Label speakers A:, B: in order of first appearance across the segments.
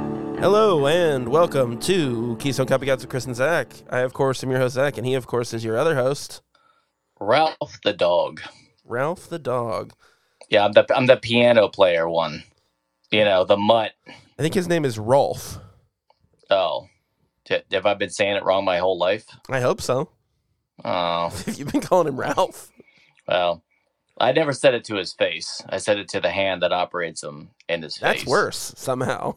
A: Hello and welcome to Keystone Copycats with Chris and Zach. I, of course, am your host, Zach, and he, of course, is your other host,
B: Ralph the dog.
A: Ralph the dog.
B: Yeah, I'm the I'm the piano player one. You know, the mutt.
A: I think his name is Rolf.
B: Oh, T- have I been saying it wrong my whole life?
A: I hope so.
B: Oh,
A: If you've been calling him Ralph,
B: well, I never said it to his face. I said it to the hand that operates him in his face.
A: that's worse somehow.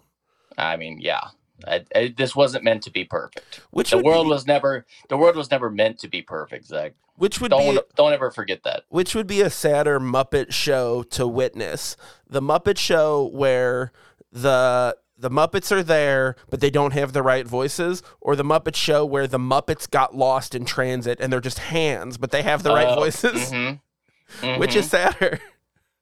B: I mean, yeah, I, I, this wasn't meant to be perfect.
A: Which
B: The
A: would
B: world
A: be,
B: was never the world was never meant to be perfect, Zach.
A: which would
B: Don't
A: be
B: don't ever forget that.
A: which would be a sadder Muppet show to witness. The Muppet show where the the Muppets are there, but they don't have the right voices, or the Muppet show where the Muppets got lost in transit and they're just hands, but they have the right
B: Oh,
A: voices.
B: mhm,
A: Which
B: mhm.
A: is sadder.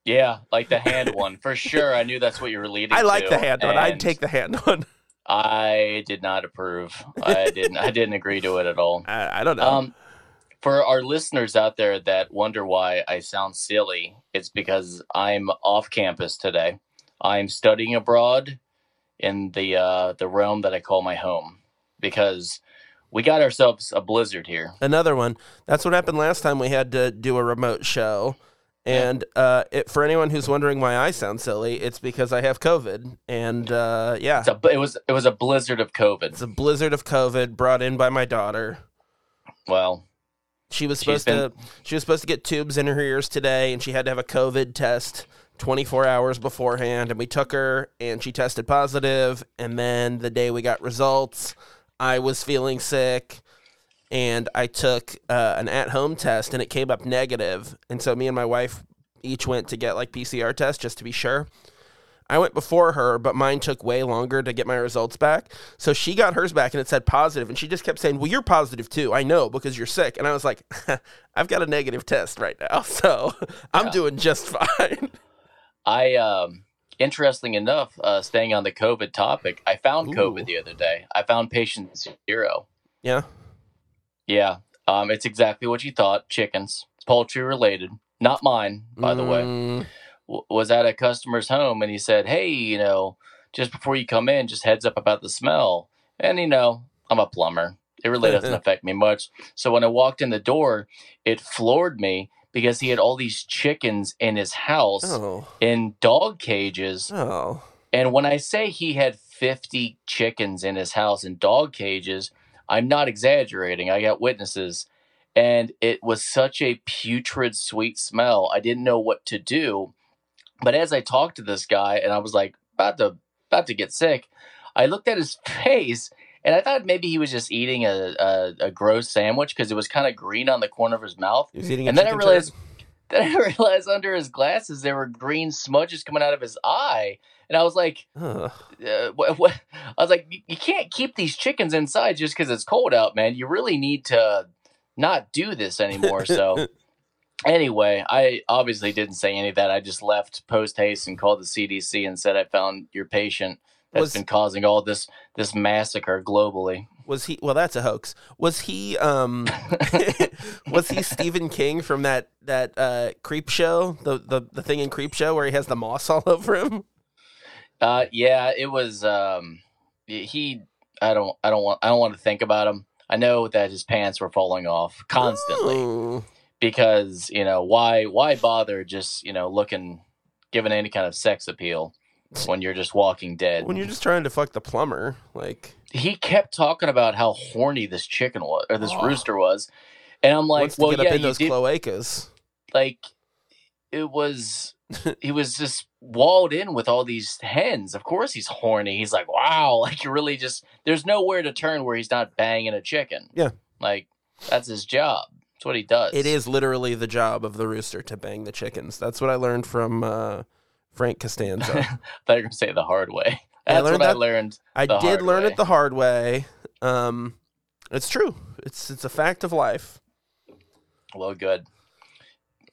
B: yeah, like the hand one for sure. I knew that's what you were leading.
A: I like
B: to,
A: the hand one. I'd
B: and-
A: take the hand one.
B: I did not approve. I didn't. I didn't agree to it at all.
A: I, I don't know.
B: Um, for our listeners out there that wonder why I sound silly, it's because I'm off campus today. I'm studying abroad in the uh, the realm that I call my home because we got ourselves a blizzard here.
A: Another one. That's what happened last time we had to do a remote show. And uh, it, for anyone who's wondering why I sound silly, it's because I have COVID. And uh, yeah,
B: It's a, it was it was a blizzard of
A: It's
B: COVID.
A: a blizzard of COVID brought in by my daughter.
B: Well,
A: She was
B: She's
A: supposed to she was supposed to get tubes in her ears today and she had to have a COVID test 24 hours beforehand and we took her and she tested positive and then the day we got results I was feeling sick and I took uh, an at-home test and it came up negative and so me and my wife each went to get like PCR tests just to be sure. I went before her, but mine took way longer to get my results back. So she got hers back and it said positive, and she just kept saying, "Well, you're positive too. I know because you're sick." And I was like, "I've got a negative test right now, so I'm
B: Yeah.
A: doing just fine."
B: I um interesting enough, uh, staying on the COVID topic, I found
A: Ooh.
B: COVID the other day. I found patient zero.
A: yeah,
B: Yeah. Um, it's exactly what you thought. Chickens, poultry related, not mine, by the way.
A: Mm,
B: W- was at a customer's home and he said, "Hey, you know, just before you come in, just heads up about the smell." And you know, I'm a plumber. It really doesn't affect me much. So when I walked in the door, it floored me because he had all these chickens in his house
A: Oh,
B: in dog cages.
A: oh,
B: And when I say he had 50 chickens in his house in dog cages, I'm not exaggerating. I got witnesses. And it was such a putrid, sweet smell. I didn't know what to do. But as I talked to this guy and I was like, about to, about to get sick, I looked at his face and I thought maybe he was just eating a, a, a gross sandwich because it was kind of green on the corner of his mouth.
A: he was eating. a
B: And then I
A: chicken
B: realized-
A: turd.
B: Then I realized under his glasses there were green smudges coming out of his eye. And I was like,
A: Ugh.
B: uh, what, what, I was like, "You- you can't keep these chickens inside just because it's cold out, man. You really need to not do this anymore. So, anyway, I obviously didn't say any of that. I just left post haste and called the CDC and said I found your patient that's
A: Was-
B: been causing all this this massacre globally.
A: was he? Well, that's a hoax. Was he? Um, was he Stephen King from that that uh, creep show? The the the thing in creep show where he has the moss all over him.
B: Uh, yeah, it was. Um, y- he. I don't. I don't want. I don't want to think about him. I know that his pants were falling off constantly.
A: Ooh.
B: because you know why why bother just you know looking giving any kind of sex appeal when you're just walking dead
A: when you're just trying to fuck the plumber, like,
B: he kept talking about how horny this chicken was or this
A: Oh.
B: rooster was and i'm like
A: wants to
B: well
A: get
B: yeah
A: up in
B: you
A: those
B: did,
A: cloacas.
B: like it was he was just walled in with all these hens of course he's horny he's like wow like you really just there's nowhere to turn where he's not banging a chicken
A: Yeah.
B: like that's his job that's what he does
A: It is literally the job of the rooster to bang the chickens. That's what I learned from uh, Frank Costanza.
B: thought you were gonna say it the hard way
A: I
B: that's
A: learned
B: what i
A: that-
B: learned
A: I
B: The
A: did
B: hard
A: learn
B: way.
A: it the hard way. Um, it's true. It's it's a fact of life.
B: Well, good.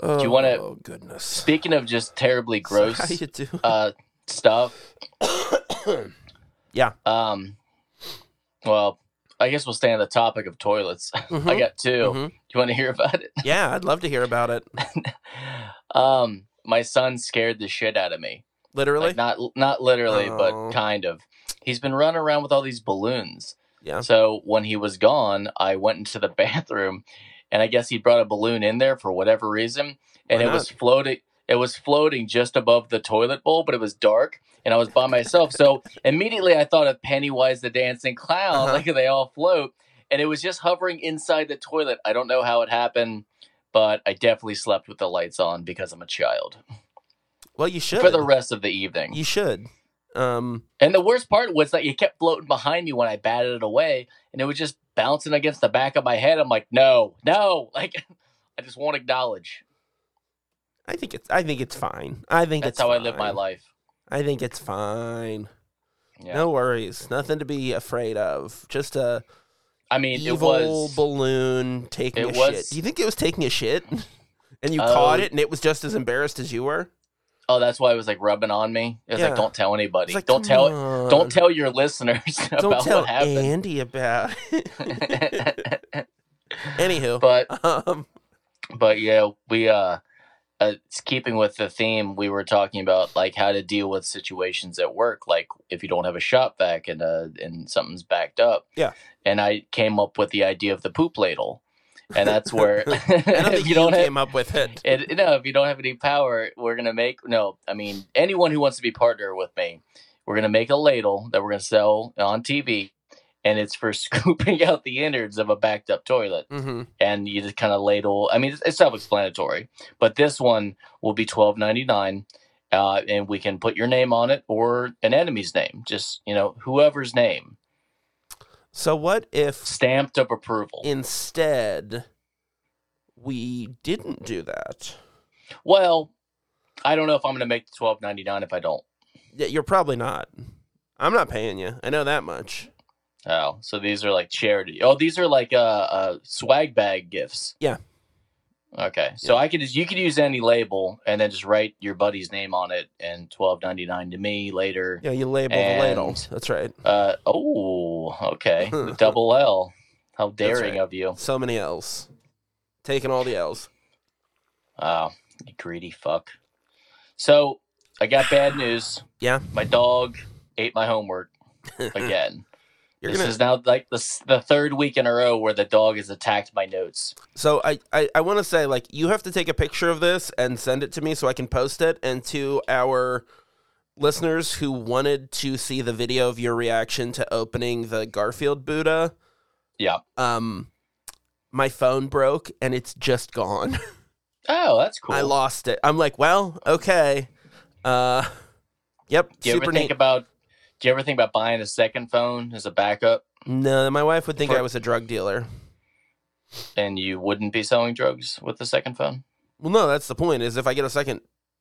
A: Oh,
B: you wanna-
A: Oh goodness.
B: Speaking of just terribly gross
A: So how you do?
B: uh, stuff,
A: Yeah.
B: Um, well, I guess we'll stay on the topic of toilets. I
A: Mhm,
B: got 2 Do
A: mhm.
B: you want to hear about it?
A: Yeah, I'd love to hear about it.
B: Um, my son scared the shit out of me.
A: Literally.
B: Like not not literally,
A: Oh.
B: but kind of. He's been running around with all these balloons.
A: Yeah.
B: So when he was gone, I went into the bathroom, and I guess he brought a balloon in there for whatever reason, and
A: Why
B: it
A: not?
B: was floating. It was floating just above the toilet bowl, but it was dark, and I was by myself. so immediately, I thought of Pennywise the Dancing Clown,
A: Uh-huh.
B: like they all float, and it was just hovering inside the toilet. I don't know how it happened, but I definitely slept with the lights on because I'm a child
A: Well, you should.
B: for the rest of the evening.
A: you should. Um,
B: And the worst part was that you kept floating behind me when I batted it away, and it was just bouncing against the back of my head. I'm like, no, no, like I just won't acknowledge.
A: I think it's. I think it's fine. I think
B: That's
A: it's
B: how I live my
A: fine.
B: life.
A: I think it's fine.
B: Yeah.
A: No worries. Nothing to be afraid of. Just a
B: I mean, it
A: evil
B: was
A: balloon taking
B: it
A: a
B: was-
A: shit. Do you think it was taking a shit? And you
B: Oh.
A: caught it, and it was just as embarrassed as you were.
B: oh, that's why it was like rubbing on me. It was
A: Yeah.
B: like, don't tell anybody.
A: It's like,
B: don't
A: come
B: tell.
A: on.
B: Don't tell your listeners
A: Don't
B: about
A: tell
B: what happened.
A: Andy about. it. Anywho,
B: but
A: um,
B: but yeah, we uh, uh, it's keeping with the theme we were talking about, like how to deal with situations at work, like if you don't have a shop vac and uh, and something's backed up.
A: Yeah.
B: And I came up with the idea of the poop ladle, and that's where
A: I don't
B: if
A: think
B: you don't have
A: came up with it.
B: it, no, if you don't have any power, we're gonna make no. I mean, anyone who wants to be partner with me, we're gonna make a ladle that we're gonna sell on TV, and it's for scooping out the innards of a backed up toilet
A: hmm
B: and you just kind of ladle. I mean, it's, it's self-explanatory, but this one will be twelve ninety nine, uh, and we can put your name on it or an enemy's name, just you know, whoever's name,
A: So what if
B: stamped of approval.
A: instead we didn't do that?
B: well, I don't know if I'm going to make the twelve ninety nine if I don't.
A: Yeah, you're probably not. I'm not paying you. I know that much.
B: Oh, so these are like charity. Oh, these are like uh, uh swag bag gifts.
A: Yeah.
B: Okay, so I could just you could use any label and then just write your buddy's name on it and twelve ninety nine to me later.
A: Yeah, you label
B: And-
A: the ladle. That's right.
B: Uh oh, okay. The double L. How daring
A: right.
B: of you.
A: So many L's. Taking all the L's.
B: Wow, you greedy fuck. So I got bad news.
A: Yeah.
B: My dog ate my homework again.
A: You're
B: this
A: gonna.
B: is now like the s- the third week in a row where the dog has attacked my notes.
A: So I I, I want to say like you have to take a picture of this and send it to me so I can post it and to our listeners who wanted to see the video of your reaction to opening the Garfield Buddha.
B: Yeah.
A: Um, my phone broke and it's just gone.
B: Oh, that's cool.
A: I lost it. I'm like, well, okay. Uh, yep.
B: do you ever
A: super
B: think
A: neat.
B: about do you ever think about buying a second phone as a backup
A: no, my wife would think
B: For-
A: I was a drug dealer.
B: and you wouldn't be selling drugs with the second phone?
A: Well, no, that's the point. Is if I get a second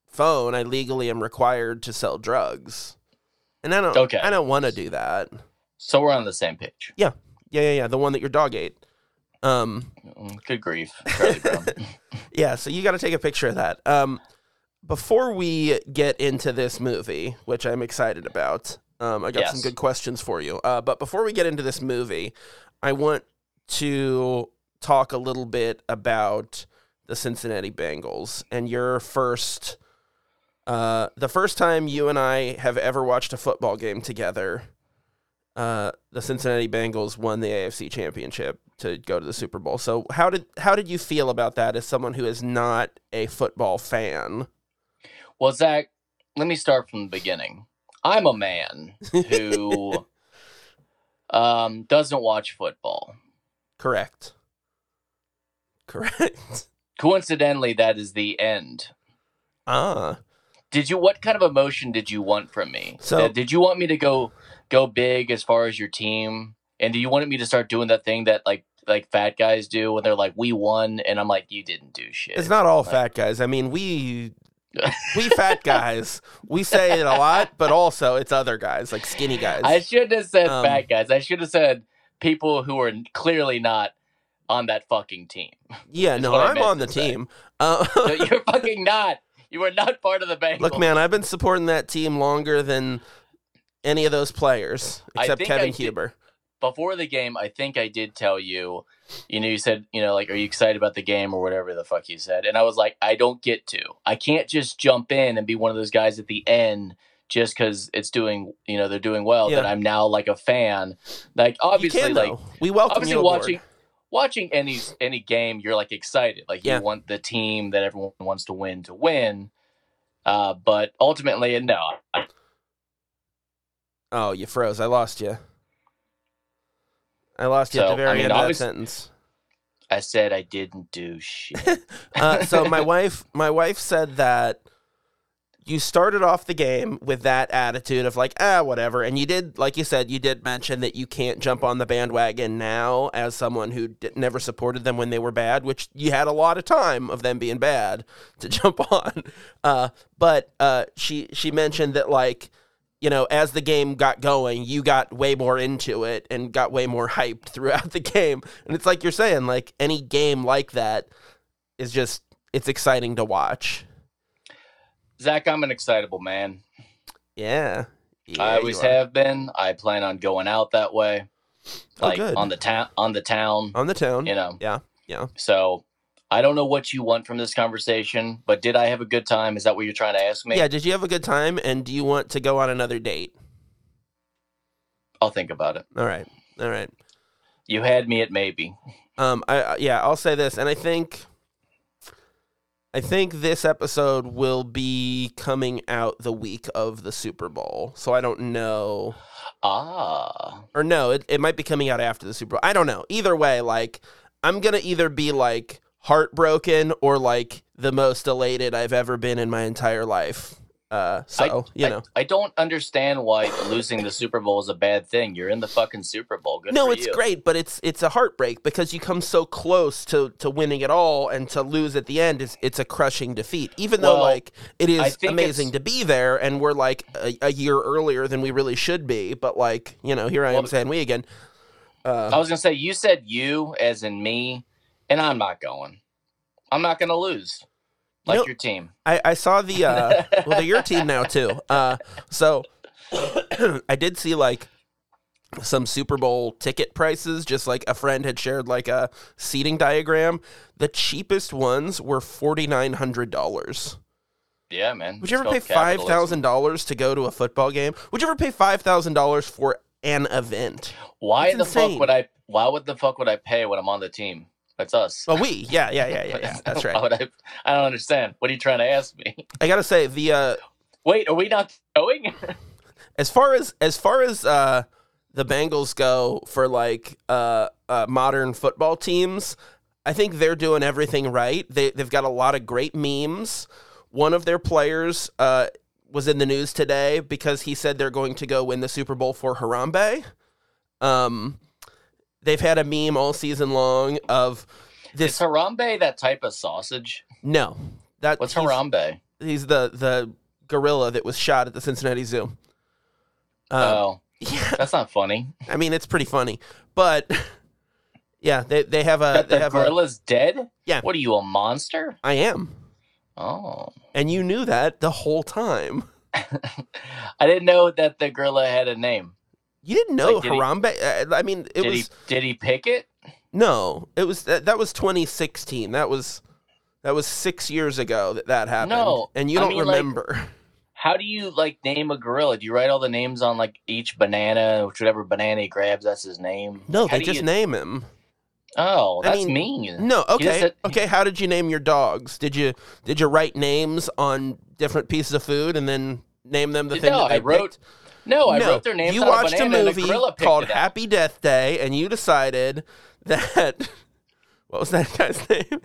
A: phone, I legally am required to sell drugs, and I don't.
B: Okay.
A: I don't want to do that.
B: So we're on the same page.
A: Yeah, yeah, yeah. The one that your dog ate. Um.
B: Mm, Good grief, Charlie Brown.
A: Yeah. So you got to take a picture of that. Um. Before we get into this movie, which I'm excited about, um, I got some
B: Yes.
A: good questions for you. Uh, but before we get into this movie, I want to talk a little bit about the Cincinnati Bengals and your first uh the first time you and I have ever watched a football game together uh the Cincinnati Bengals won the AFC championship to go to the Super Bowl. So how did how did you feel about that as someone who is not a football fan?
B: Well, Zach, let me start from the beginning. I'm a man who um, doesn't watch football.
A: Correct. Correct.
B: Coincidentally, that is the end.
A: Ah.
B: Did you? What kind of emotion did you want from me?
A: So-
B: Uh, did you want me to go go big as far as your team? And do you want me to start doing that thing that like like fat guys do when they're like, "We won," and I'm like, "You didn't do shit."
A: It's not all
B: Like-
A: fat guys. I mean, we we fat guys, we say it a lot, but also it's other guys, like skinny guys.
B: I should have said
A: Um,
B: fat guys. I should have said people who are clearly not on that fucking team.
A: yeah,
B: is
A: no,
B: what I
A: I'm
B: meant
A: on the
B: to say.
A: team. Uh,
B: No, you're fucking not. You are not part of the Bengals.
A: look, man, I've been supporting that team longer than any of those players,
B: I
A: except
B: think I
A: Kevin
B: did-
A: Huber.
B: Before the game, I think I did tell you, you know, you said, you know, like, are you excited about the game or whatever the fuck you said? And I was like, I don't get to. I can't just jump in and be one of those guys at the end just because it's doing you know they're doing well that
A: Yeah.
B: I'm now like a fan. Like obviously,
A: you can,
B: like
A: though. we welcome
B: obviously
A: you aboard.
B: watching watching any any game, you're like excited. Like
A: Yeah.
B: you want the team that everyone wants to win to win. Uh, but ultimately, no, I-
A: Oh, you froze. I lost you. I lost you at
B: So,
A: the
B: I
A: very
B: mean,
A: end of that
B: obvious-
A: sentence.
B: I said I didn't do shit.
A: Uh, so my wife, my wife said that you started off the game with that attitude of like ah whatever, and you did like you said you did mention that you can't jump on the bandwagon now as someone who d- never supported them when they were bad, which you had a lot of time of them being bad to jump on. Uh, but uh, she she mentioned that like you know, as the game got going, you got way more into it and got way more hyped throughout the game. And it's like you're saying, like any game like that is just it's exciting to watch.
B: Zach, I'm an excitable man.
A: Yeah. Yeah,
B: I
A: you
B: always
A: are.
B: have been. I plan on going out that way,
A: Oh,
B: like
A: good.
B: on the town, on the town.
A: on the tone.
B: You know.
A: Yeah, yeah.
B: So I don't know what you want from this conversation, but did I have a good time? Is that what you're trying to ask me?
A: Yeah, did you have a good time and do you want to go on another date?
B: I'll think about it.
A: All right. All right.
B: You had me at maybe.
A: Um, I I- yeah, I'll say this, and I think, I think this episode will be coming out the week of the Super Bowl, so I don't know,
B: Ah,
A: or no, it it might be coming out after the Super Bowl. I don't know. Either way, like I'm gonna either be like heartbroken or like the most elated I've ever been in my entire life. Uh, so you
B: I-
A: know,
B: I, don't understand why losing the Super Bowl is a bad thing. You're in the fucking Super Bowl. Good
A: no,
B: for
A: it's
B: you.
A: great, but it's it's a heartbreak because you come so close to to winning it all, and to lose at the end is it's a crushing defeat. Even though
B: Well,
A: like it
B: I
A: is
B: think
A: amazing to
B: it's-
A: be there, and we're like a, a year earlier than we really should be, but like you know, here I am
B: Well,
A: saying we again. Uh,
B: I was gonna say you said you as in me, and I'm not going. I'm not gonna lose like
A: know-
B: your team.
A: I I saw the uh, well, they're your team now too. Uh, so I did see like some Super Bowl ticket prices. Just like a friend had shared like a seating diagram. The cheapest ones were forty nine hundred dollars.
B: Yeah, man.
A: Would you
B: It's
A: ever pay
B: called capitalism.
A: five thousand dollars to go to a football game? Would you ever pay five thousand dollars for an event?
B: Why
A: It's
B: the
A: insane.
B: fuck would I? Why would the fuck would I pay when I'm on the team? That's us.
A: Well, we, yeah, yeah, Oh, yeah, yeah, yeah. That's
B: Why
A: right.
B: would I, I don't understand. What are you trying to ask me?
A: I gotta say the uh,
B: Wait, are we not going?
A: as far as as far as uh, the Bengals go for like uh, uh, modern football teams, I think they're doing everything right. They they've got a lot of great memes. One of their players uh, was in the news today because he said they're going to go win the Super Bowl for Harambe. Um, they've had a meme all season long of
B: Is
A: this.
B: Harambe that type of sausage?
A: No, that
B: What's
A: he's-
B: Harambe?
A: He's the the gorilla that was shot at the Cincinnati Zoo. Uh,
B: oh,
A: yeah.
B: that's not funny.
A: I mean, it's pretty funny, but yeah, they they have a
B: that
A: uh, they
B: the
A: have a.
B: gorilla's dead?
A: Yeah.
B: What are you, a monster?
A: I am,
B: Oh.
A: and you knew that the whole time.
B: I didn't know that the gorilla had a name.
A: You didn't know
B: Like, did he-
A: Harambe. uh, I I mean, it
B: did
A: was
B: he did he pick it?
A: no, it was that, that was 2016. That was that was six years ago that that happened.
B: No,
A: and you
B: I
A: don't
B: mean, like-
A: remember.
B: How do you like name a gorilla? Do you write all the names on like each banana, which whatever banana he grabs, that's his name?
A: no,
B: How
A: they
B: do
A: just
B: you-
A: name him.
B: Oh,
A: I
B: that's
A: mean,
B: mean.
A: No,
B: He just
A: okay,
B: said-
A: okay. How did you name your dogs? Did you did you write names on different pieces of food and then name them the thing
B: No,
A: that they
B: I wrote
A: picked?
B: No, I wrote their names
A: You
B: on
A: watched
B: a
A: a
B: banana and
A: movie
B: the gorilla picked
A: called
B: it up.
A: Happy Death Day, and you decided that what was that guy's name?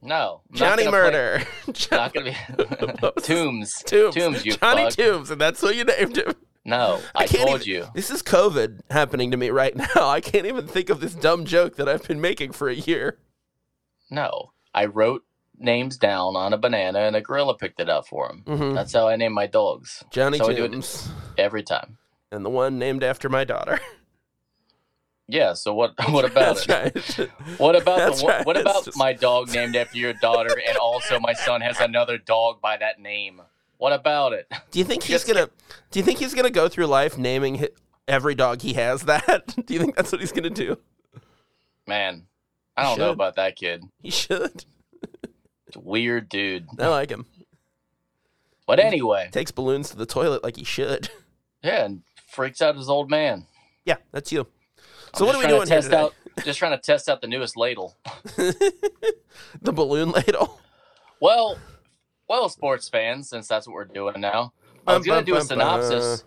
B: No, I'm not
A: Johnny
B: gonna play-
A: Murder, John-
B: not gonna be Tombs.
A: Toombs,
B: Tombs. You
A: Johnny
B: fuck.
A: Toombs, and that's what you named him.
B: no, I,
A: can't
B: told
A: even-
B: you.
A: This is COVID happening to me right now. I can't even think of this dumb joke that I've been making for a year.
B: No, I wrote names down on a banana, and a gorilla picked it up for him.
A: Mhm.
B: That's how I name my dogs
A: Johnny
B: So I do it-
A: Toombs,
B: every time.
A: and the one named after my daughter.
B: Yeah. So what? What about
A: that's
B: it?
A: right.
B: What about
A: That's
B: the one
A: right,
B: what
A: it's
B: about
A: just-
B: my dog named after your daughter, and also my son has another dog by that name? What about it?
A: Do you think he's
B: Just
A: gonna? Do you think he's gonna go through life naming hi- every dog he has that? do you think that's what he's gonna do?
B: Man, I don't know
A: should.
B: about that kid.
A: He should.
B: It's a weird dude.
A: I like him.
B: But anyway,
A: Takes balloons to the toilet like he should.
B: yeah, and freaks out his old man.
A: Yeah, that's you. So
B: I'm
A: what are we
B: just trying to
A: doing here
B: test
A: today?
B: out, just trying to test out the newest ladle.
A: The balloon ladle.
B: Well, well, sports fans, since that's what we're doing now. I was
A: Bum, bum,
B: going to do a
A: bum, bum.
B: synopsis,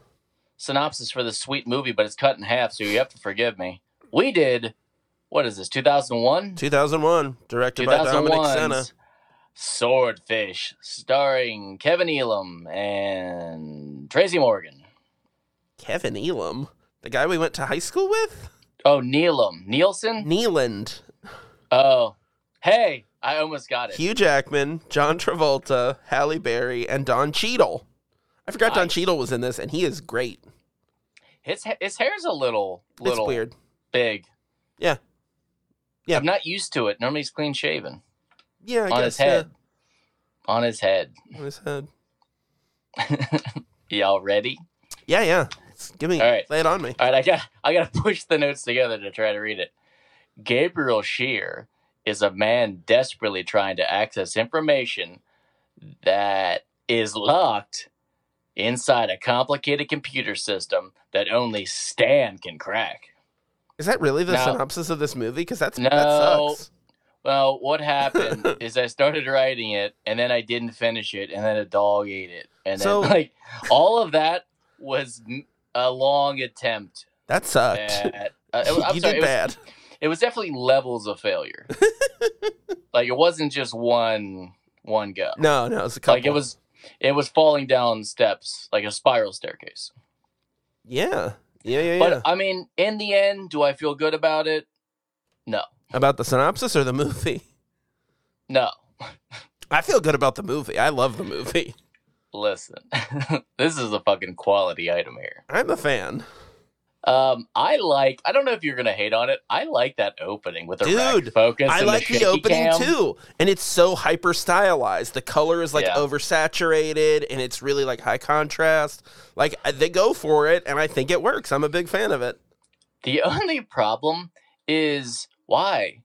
B: synopsis for this sweet movie, but it's cut in half, so you have to forgive me. We did, what is this, 2001?
A: 2001, directed by Dominic Senna.
B: 2001's Swordfish, starring Kevin Elam and Tracy Morgan.
A: Kevin Elam, the guy we went to high school with,
B: Oh, Neelam. Nielsen?
A: Neeland,
B: Oh, hey, I almost got it.
A: Hugh Jackman, John Travolta, Halle Berry, and Don Cheadle. I forgot Don
B: Nice.
A: Cheadle was in this, and he is great.
B: His, ha- his hair's a little,
A: it's
B: little
A: weird.
B: big.
A: Yeah. Yeah.
B: I'm not used to it. Nobody's clean shaven.
A: Yeah, I
B: on
A: guess
B: his head. On his head.
A: Yeah, on his head.
B: Y'all ready?
A: Yeah, yeah. It's- give me,
B: All right.
A: lay it on me.
B: All right, I got I got to push the notes together to try to read it. Gabriel Shear is a man desperately trying to access information that is locked inside a complicated computer system that only Stan can crack.
A: Is that really the
B: No.
A: synopsis of this movie? Because that's that
B: No.
A: sucks.
B: Well, what happened is I started writing it and then I didn't finish it and then a dog ate it. And then
A: So-
B: like all of that was m- a long attempt
A: That sucked.
B: at uh, it- I'm
A: you
B: sorry,
A: did
B: it was
A: bad.
B: it was definitely levels of failure. like it wasn't just one one go.
A: No, no, it's a couple.
B: Like it was it was falling down steps like a spiral staircase.
A: Yeah, yeah, yeah,
B: But
A: yeah.
B: I mean, in the end, do I feel good about it? No.
A: About the synopsis or the movie?
B: No.
A: I feel good about the movie. I love the movie.
B: Listen. this is a fucking quality item here.
A: I'm a fan,
B: Um I like I don't know if you're going to hate on it. I like that opening with the rack
A: Dude,
B: focus
A: I
B: and
A: like
B: the,
A: the
B: shaky
A: opening
B: cam.
A: too, and it's so hyper stylized. The color is like
B: Yeah.
A: oversaturated, and it's really like high contrast. Like I- they go for it, and I think it works. I'm a big fan of it.
B: The only problem is why?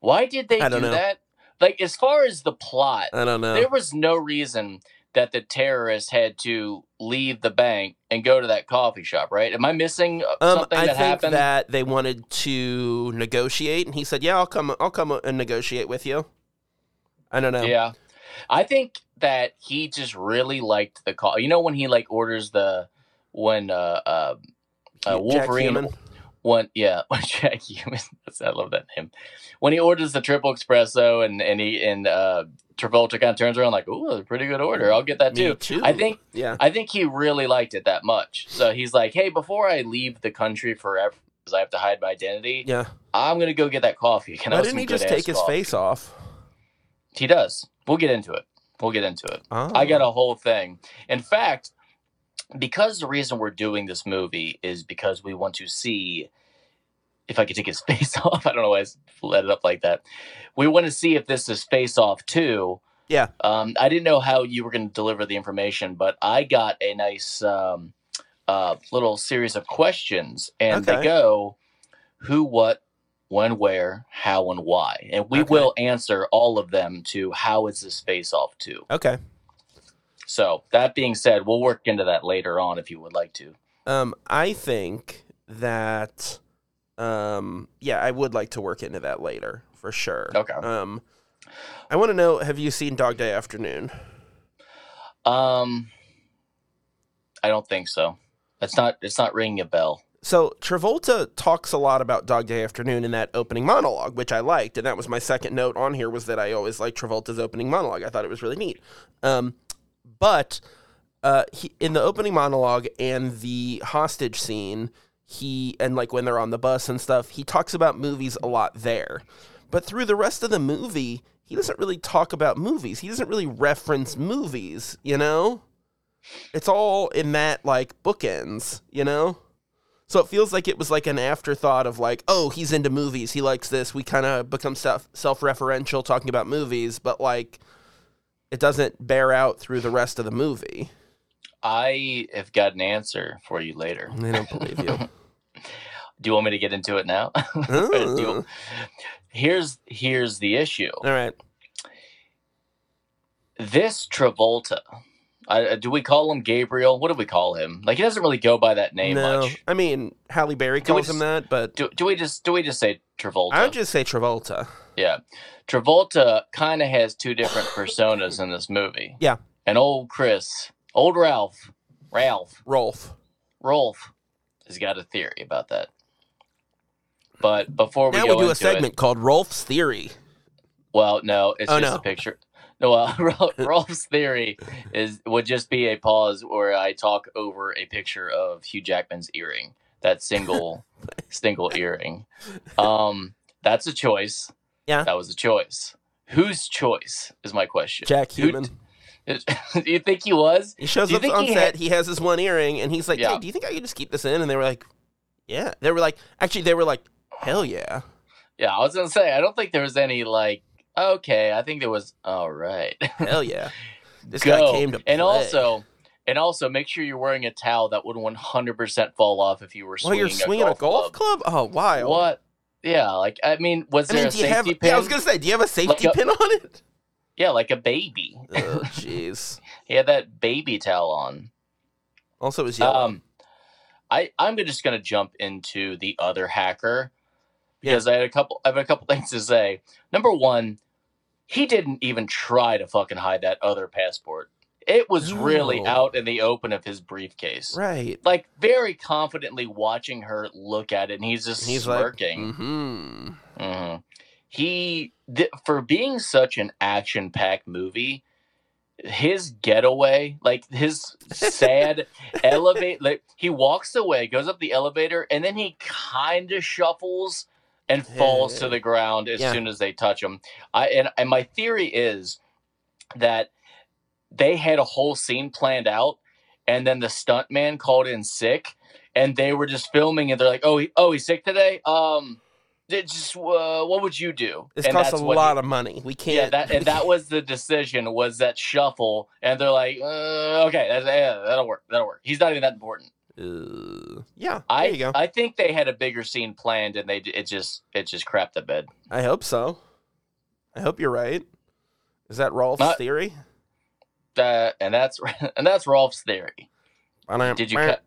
B: Why did they
A: I
B: do
A: don't know.
B: that? Like as far as the plot,
A: I don't know.
B: there was no reason that the terrorist had to leave the bank and go to that coffee shop, right? Am I missing uh,
A: Um,
B: something
A: I
B: that
A: think
B: happened?
A: that they wanted to negotiate, and he said, "Yeah, I'll come. I'll come uh, and negotiate with you." I don't know.
B: Yeah. I think that he just really liked the call. You know when he like orders the when uh uh, uh
A: Jack
B: Wolverine
A: Human.
B: One, yeah, one Jack Human. That's, I love that name. When he orders the triple espresso and and he and uh, Travolta kind of turns around like, "Ooh, that's a pretty good order. I'll get that
A: Me
B: too." I think
A: Yeah.
B: I think he really liked it that much. So he's like, "Hey, before I leave the country forever, because I have to hide my identity,
A: Yeah.
B: I'm gonna go get that coffee." Can
A: Why
B: I have
A: didn't
B: some
A: he just
B: good-ass
A: take his
B: coffee?"
A: face off?
B: He does. We'll get into it. We'll get into it.
A: Oh.
B: I got a whole thing. In fact, because the reason we're doing this movie is because we want to see if I could take his face off. I don't know why I s- let it up like that. We want to see if this is face off too.
A: Yeah.
B: Um, I didn't know how you were going to deliver the information, but I got a nice um, uh, little series of questions, and
A: Okay.
B: they go who, what, when, where, how, and why. And we
A: Okay.
B: will answer all of them to how is this face off to.
A: Oh, Okay.
B: So that being said, we'll work into that later on if you would like to.
A: Um, I think that, um, yeah, I would like to work into that later for sure.
B: Okay.
A: Um, I want to know: Have you seen Dog Day Afternoon?
B: Um, I don't think so. It's not. It's not ringing a bell.
A: So Travolta talks a lot about Dog Day Afternoon in that opening monologue, which I liked, and that was my second note on here was that I always liked Travolta's opening monologue. I thought it was really neat. Um, but uh, he, in the opening monologue and the hostage scene, he and like when they're on the bus and stuff, he talks about movies a lot there. But through the rest of the movie, he doesn't really talk about movies. He doesn't really reference movies, you know? It's all in that like bookends, you know? So it feels like it was like an afterthought of like, oh, he's into movies. He likes this. We kind of become self self-referential talking about movies, but like it doesn't bear out through the rest of the movie.
B: I have got an answer for you later.
A: I don't believe you.
B: Do you want me to get into it now?
A: Oh.
B: Do you- here's here's the issue.
A: All right.
B: This Travolta, I, uh, do we call him Gabriel? What do we call him? Like he doesn't really go by that name
A: no,
B: much.
A: I mean Halle Berry
B: Do we
A: calls him that, but
B: Do, do we just do we just say Travolta?
A: I would just say Travolta.
B: yeah, Travolta kind of has two different personas in this movie.
A: Yeah.
B: and old Chris, old Ralph, Ralph,
A: Rolf.
B: Rolf has got a theory about that. But before we
A: now
B: go
A: we do a
B: into it,
A: segment called Rolf's Theory.
B: Well, no, it's
A: Oh,
B: just
A: no.
B: a picture. No, well, Ralph- Rolf's theory is would just be a pause where I talk over a picture of Hugh Jackman's earring, that single, single earring. Um, that's a choice.
A: Yeah.
B: that was a choice. Whose choice is my question?
A: Jack
B: Who-
A: Human.
B: Do you think he was?
A: He shows
B: Do you
A: up
B: think
A: on
B: he
A: set. he has his one earring, and he's like,
B: Yeah.
A: "Hey, do you think I could just keep this in?" And they were like, "Yeah." They were like, actually, they were like, "Hell yeah."
B: Yeah, I was gonna say I don't think there was any like. Okay, I think there was. All right.
A: Hell yeah. This guy
B: Go.
A: came to play.
B: And also, and also, make sure you're wearing a towel that would 100% fall off if you were
A: while
B: swinging,
A: you're swinging a golf club? Oh, wild.
B: What? Yeah, like I mean, was
A: I
B: there
A: mean,
B: a
A: do you
B: safety
A: have?
B: pin?
A: Yeah, I was gonna say, do you have a safety
B: Like a-
A: pin on it?
B: Yeah, like a baby.
A: Oh, jeez.
B: He had that baby towel on.
A: Also, it was yellow.
B: Um, I I'm just gonna jump into the other hacker
A: Yeah.
B: because I had a couple. I have a couple things to say. Number one, he didn't even try to fucking hide that other passport. It was really
A: No.
B: out in the open of his briefcase.
A: right.
B: like very confidently watching her look at it, and he's just
A: He's like,
B: smirking.
A: hmm
B: hmm He th- for being such an action-packed movie, his getaway, like his sad elevate, like he walks away, goes up the elevator, and then he kind of shuffles and falls to
A: Yeah.
B: the ground as
A: Yeah.
B: soon as they touch him. I and, and my theory is that they had a whole scene planned out, and then the stuntman called in sick, and they were just filming, and they're like, "Oh, he, oh, he's sick today. Um, it just uh, what would you do?"
A: This
B: and
A: costs a
B: that's what
A: lot of money. We
B: he-
A: can't.
B: yeah, that
A: we
B: and that was the decision was that shuffle, and they're like, uh, "Okay, that's, yeah, that'll work. That'll work. He's not even that important."
A: can't- uh, yeah.
B: I
A: there you go.
B: I think they had a bigger scene planned, and they d- it just it just crapped the bed.
A: I hope so. I hope you're right. Is that Rolf's
B: Not-
A: theory?
B: Uh, and that's and that's Rolf's theory. Did you cut?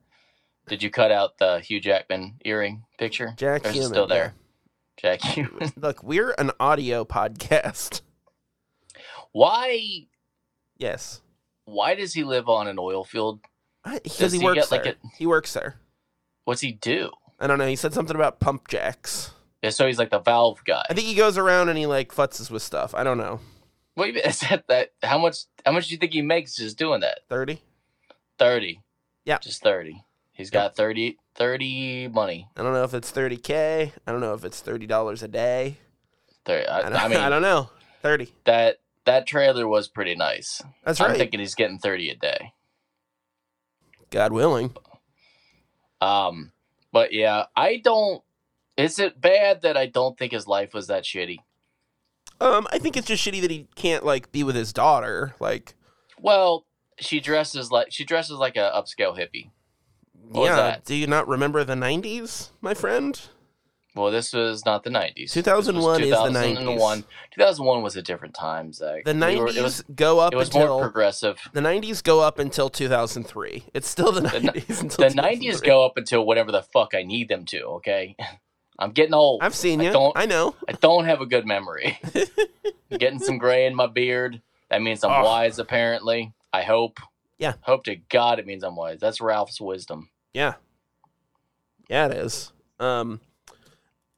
B: Did you cut out the Hugh Jackman earring picture?
A: Jack
B: Or is it
A: Human.
B: still there? Jack Hugh.
A: yeah. Look, we're an audio podcast.
B: Why?
A: Yes.
B: Why does he live on an oil field?
A: Because
B: Does
A: he
B: he
A: works
B: get, like,
A: there. He works there.
B: What's he do?
A: I don't know. He said something about pump jacks.
B: Yeah, So he's like the valve guy.
A: I think he goes around and he like futzes with stuff. I don't know.
B: What do you mean? Is that that? How much? How much do you think he makes just doing that?
A: Thirty.
B: Thirty.
A: Yeah.
B: Just thirty. He's got thirty. Thirty money.
A: I don't know if it's thirty k. I don't know if it's thirty dollars a day.
B: Thirty. I,
A: I, don't,
B: I mean
A: I don't know. Thirty.
B: that that trailer was pretty nice.
A: That's
B: I'm
A: right.
B: thinking he's getting thirty a day.
A: God willing.
B: Um, but yeah, I don't. Is it bad that I don't think his life was that shitty?
A: Um, I think it's just shitty that he can't like be with his daughter. Like,
B: Well, she dresses like she dresses like a upscale hippie. was
A: yeah.
B: that?
A: Do you not remember the nineties, my friend?
B: Well, this was not the nineties.
A: 2001 is the 90s.
B: 2001 was a different time, Zach.
A: The
B: We were-
A: nineties
B: it was,
A: go up
B: it was
A: until
B: more progressive.
A: the nineties go up until two thousand three. It's still the
B: ni-
A: nineties until
B: The nineties
A: 2003.
B: go up until whatever the fuck I need them to. Okay, I'm getting old.
A: I've seen
B: I
A: you.
B: don't-
A: I know.
B: I don't have a good memory. I'm getting some gray in my beard. That means I'm
A: Oh.
B: wise, apparently. I hope.
A: Yeah.
B: Hope to God it means I'm wise. That's Ralph's wisdom.
A: Yeah. Yeah, it is. Um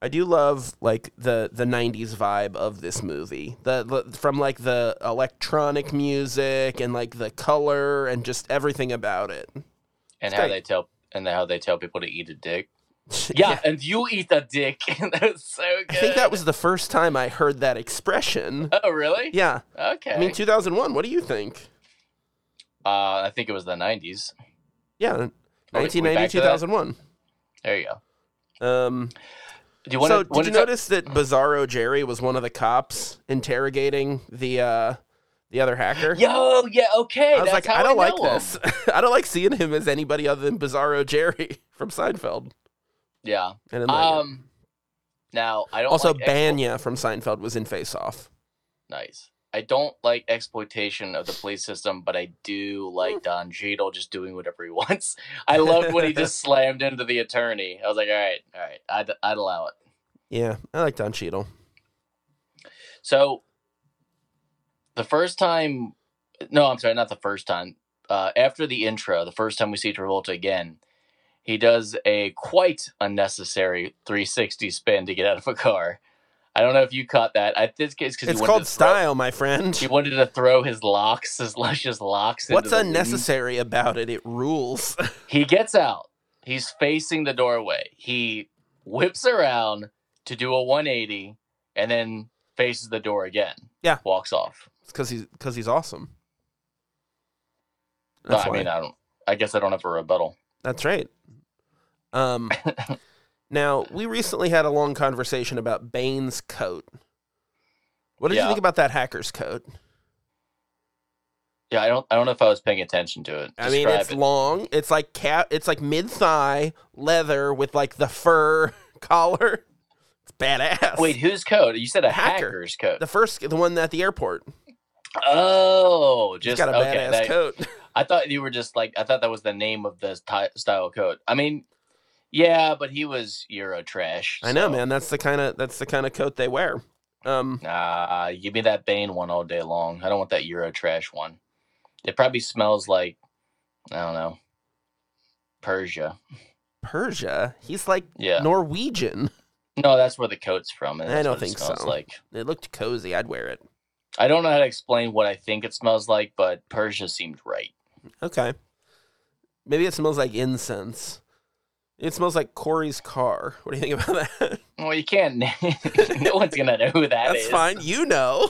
A: I do love like the the 90s vibe of this movie. The, the from like the electronic music and like the color and just everything about it.
B: And
A: It's
B: how
A: great.
B: they tell and how they tell people to eat a dick. Yeah, and you eat a dick. That's so good.
A: I think that was the first time I heard that expression.
B: Oh really?
A: Yeah.
B: Okay.
A: I mean 2001, what do you think?
B: uh, I think it was the nineties.
A: Yeah.
B: we- we
A: 1990
B: back to that?
A: 2001.
B: There you go.
A: Um
B: Do you want
A: so
B: to
A: did you notice that Bizarro Jerry was one of the cops interrogating the uh the other hacker?
B: Yo, yeah, okay.
A: I was
B: that's
A: like,
B: how
A: I don't like
B: know him.
A: this. I don't like seeing him as anybody other than Bizarro Jerry from Seinfeld.
B: Yeah.
A: And then, like,
B: Um now I don't
A: also
B: like X-
A: Banya from Seinfeld was in Face Off.
B: Nice. I don't like exploitation of the police system, but I do
A: Mm.
B: like Don Cheadle just doing whatever he wants. I loved when he just slammed into the attorney. I was like, all right, all right, I'd, I'd allow it.
A: Yeah, I like Don Cheadle.
B: So the first time, no, I'm sorry, not the first time. Uh, after the intro, the first time we see Travolta again, he does a quite unnecessary 360 spin to get out of a car. I don't know if you caught that. I think it's because
A: It's called style, my friend.
B: He wanted to throw his locks, his luscious locks.
A: What's
B: into the
A: unnecessary about it? It rules.
B: wind. He gets out. He's facing the doorway. He whips around to do a 180 and then faces the door again.
A: Yeah.
B: Walks off.
A: It's because he's because he's awesome.
B: But,
A: That's
B: I
A: why.
B: mean, I don't. I guess I don't have a rebuttal.
A: That's right. Um, now we recently had a long conversation about Bane's coat. What did you
B: Yeah.
A: think about that hacker's coat?
B: Yeah, I don't. I don't know if I was paying attention to it.
A: I mean,
B: Describe
A: it's
B: it.
A: long. It's like cat. It's like mid thigh leather with like the fur collar. It's badass.
B: Wait, whose code? You said a
A: Hacker.
B: hacker's code.
A: the first, the one at the airport.
B: oh,
A: He's
B: just
A: got a
B: okay,
A: badass
B: that-
A: coat.
B: I thought you were just like I thought that was the name of the ty- style code. I mean, yeah, but he was Euro trash.
A: I know,
B: so,
A: man. That's the kind of that's the kind of coat they wear. Um,
B: Nah, give me that Bane one all day long. I don't want that Euro trash one. It probably smells like I don't know Persia.
A: Persia. He's like
B: Yeah,
A: Norwegian.
B: no, that's where the coat's from. and
A: I
B: that's
A: don't
B: what it
A: think
B: smells
A: so.
B: Like
A: It looked cozy. I'd wear it.
B: I don't know how to explain what I think it smells like, but Persia seemed right.
A: Okay. Maybe it smells like incense. It smells like Corey's car. What do you think about that?
B: Well, you can't. no one's gonna know who that
A: That's
B: is.
A: fine. You know.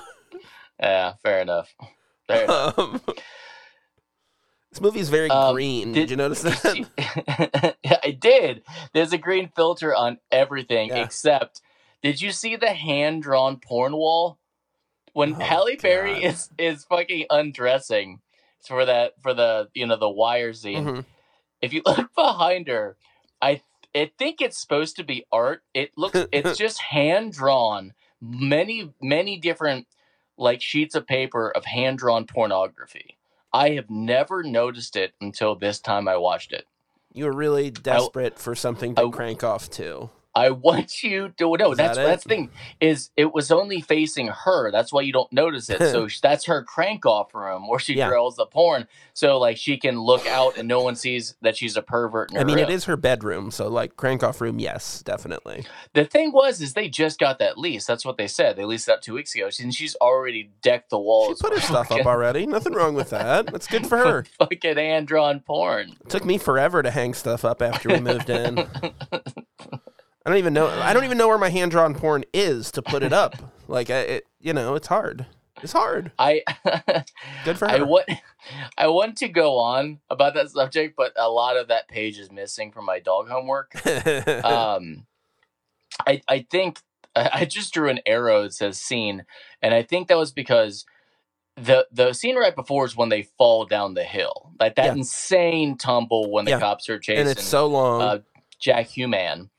B: Yeah, fair enough. Fair enough.
A: Um, this movie's very
B: Um,
A: green. Did,
B: did-
A: you notice
B: Did
A: that?
B: you- Yeah, I did. There's a green filter on everything
A: Yeah.
B: except. Did you see the hand drawn porn wall? When
A: Oh,
B: Halle Berry
A: God.
B: is is fucking undressing for that for the you know the wire scene.
A: Mhm.
B: If you look behind her, I I think it's supposed to be art. It looks it's just hand drawn. Many many different like sheets of paper of hand drawn pornography. I have never noticed it until this time I watched it.
A: You were really desperate for something to
B: I-
A: crank off to.
B: I want you to no.
A: Is
B: That's
A: that it?
B: that's the thing is it was only facing her. That's why you don't notice it. so sh- that's her crank off room where she
A: Yeah.
B: drills the porn. So like she can look out and no one sees that she's a pervert. In her
A: I mean,
B: room.
A: it is her bedroom, so like crank off room, yes, definitely.
B: The thing was is they just got that lease. That's what they said. They leased it up two weeks ago, and she's already decked the
A: She
B: walls.
A: put her
B: with
A: stuff up
B: fucking-
A: already. Nothing wrong with that. That's good for her.
B: Fucking hand drawn porn.
A: took me forever to hang stuff up after we moved in. I don't even know. I don't even know where my hand drawn porn is to put it up. Like, I, it, you know, it's hard. It's hard.
B: I
A: Good for
B: I
A: her.
B: want I want to go on about that subject, but a lot of that page is missing from my dog homework. um, I I think I I just drew an arrow that says scene, and I think that was because the the scene right before is when they fall down the hill, like that
A: Yeah.
B: insane tumble when the
A: Yeah.
B: cops are chasing
A: and it's so long.
B: uh, Jack Human,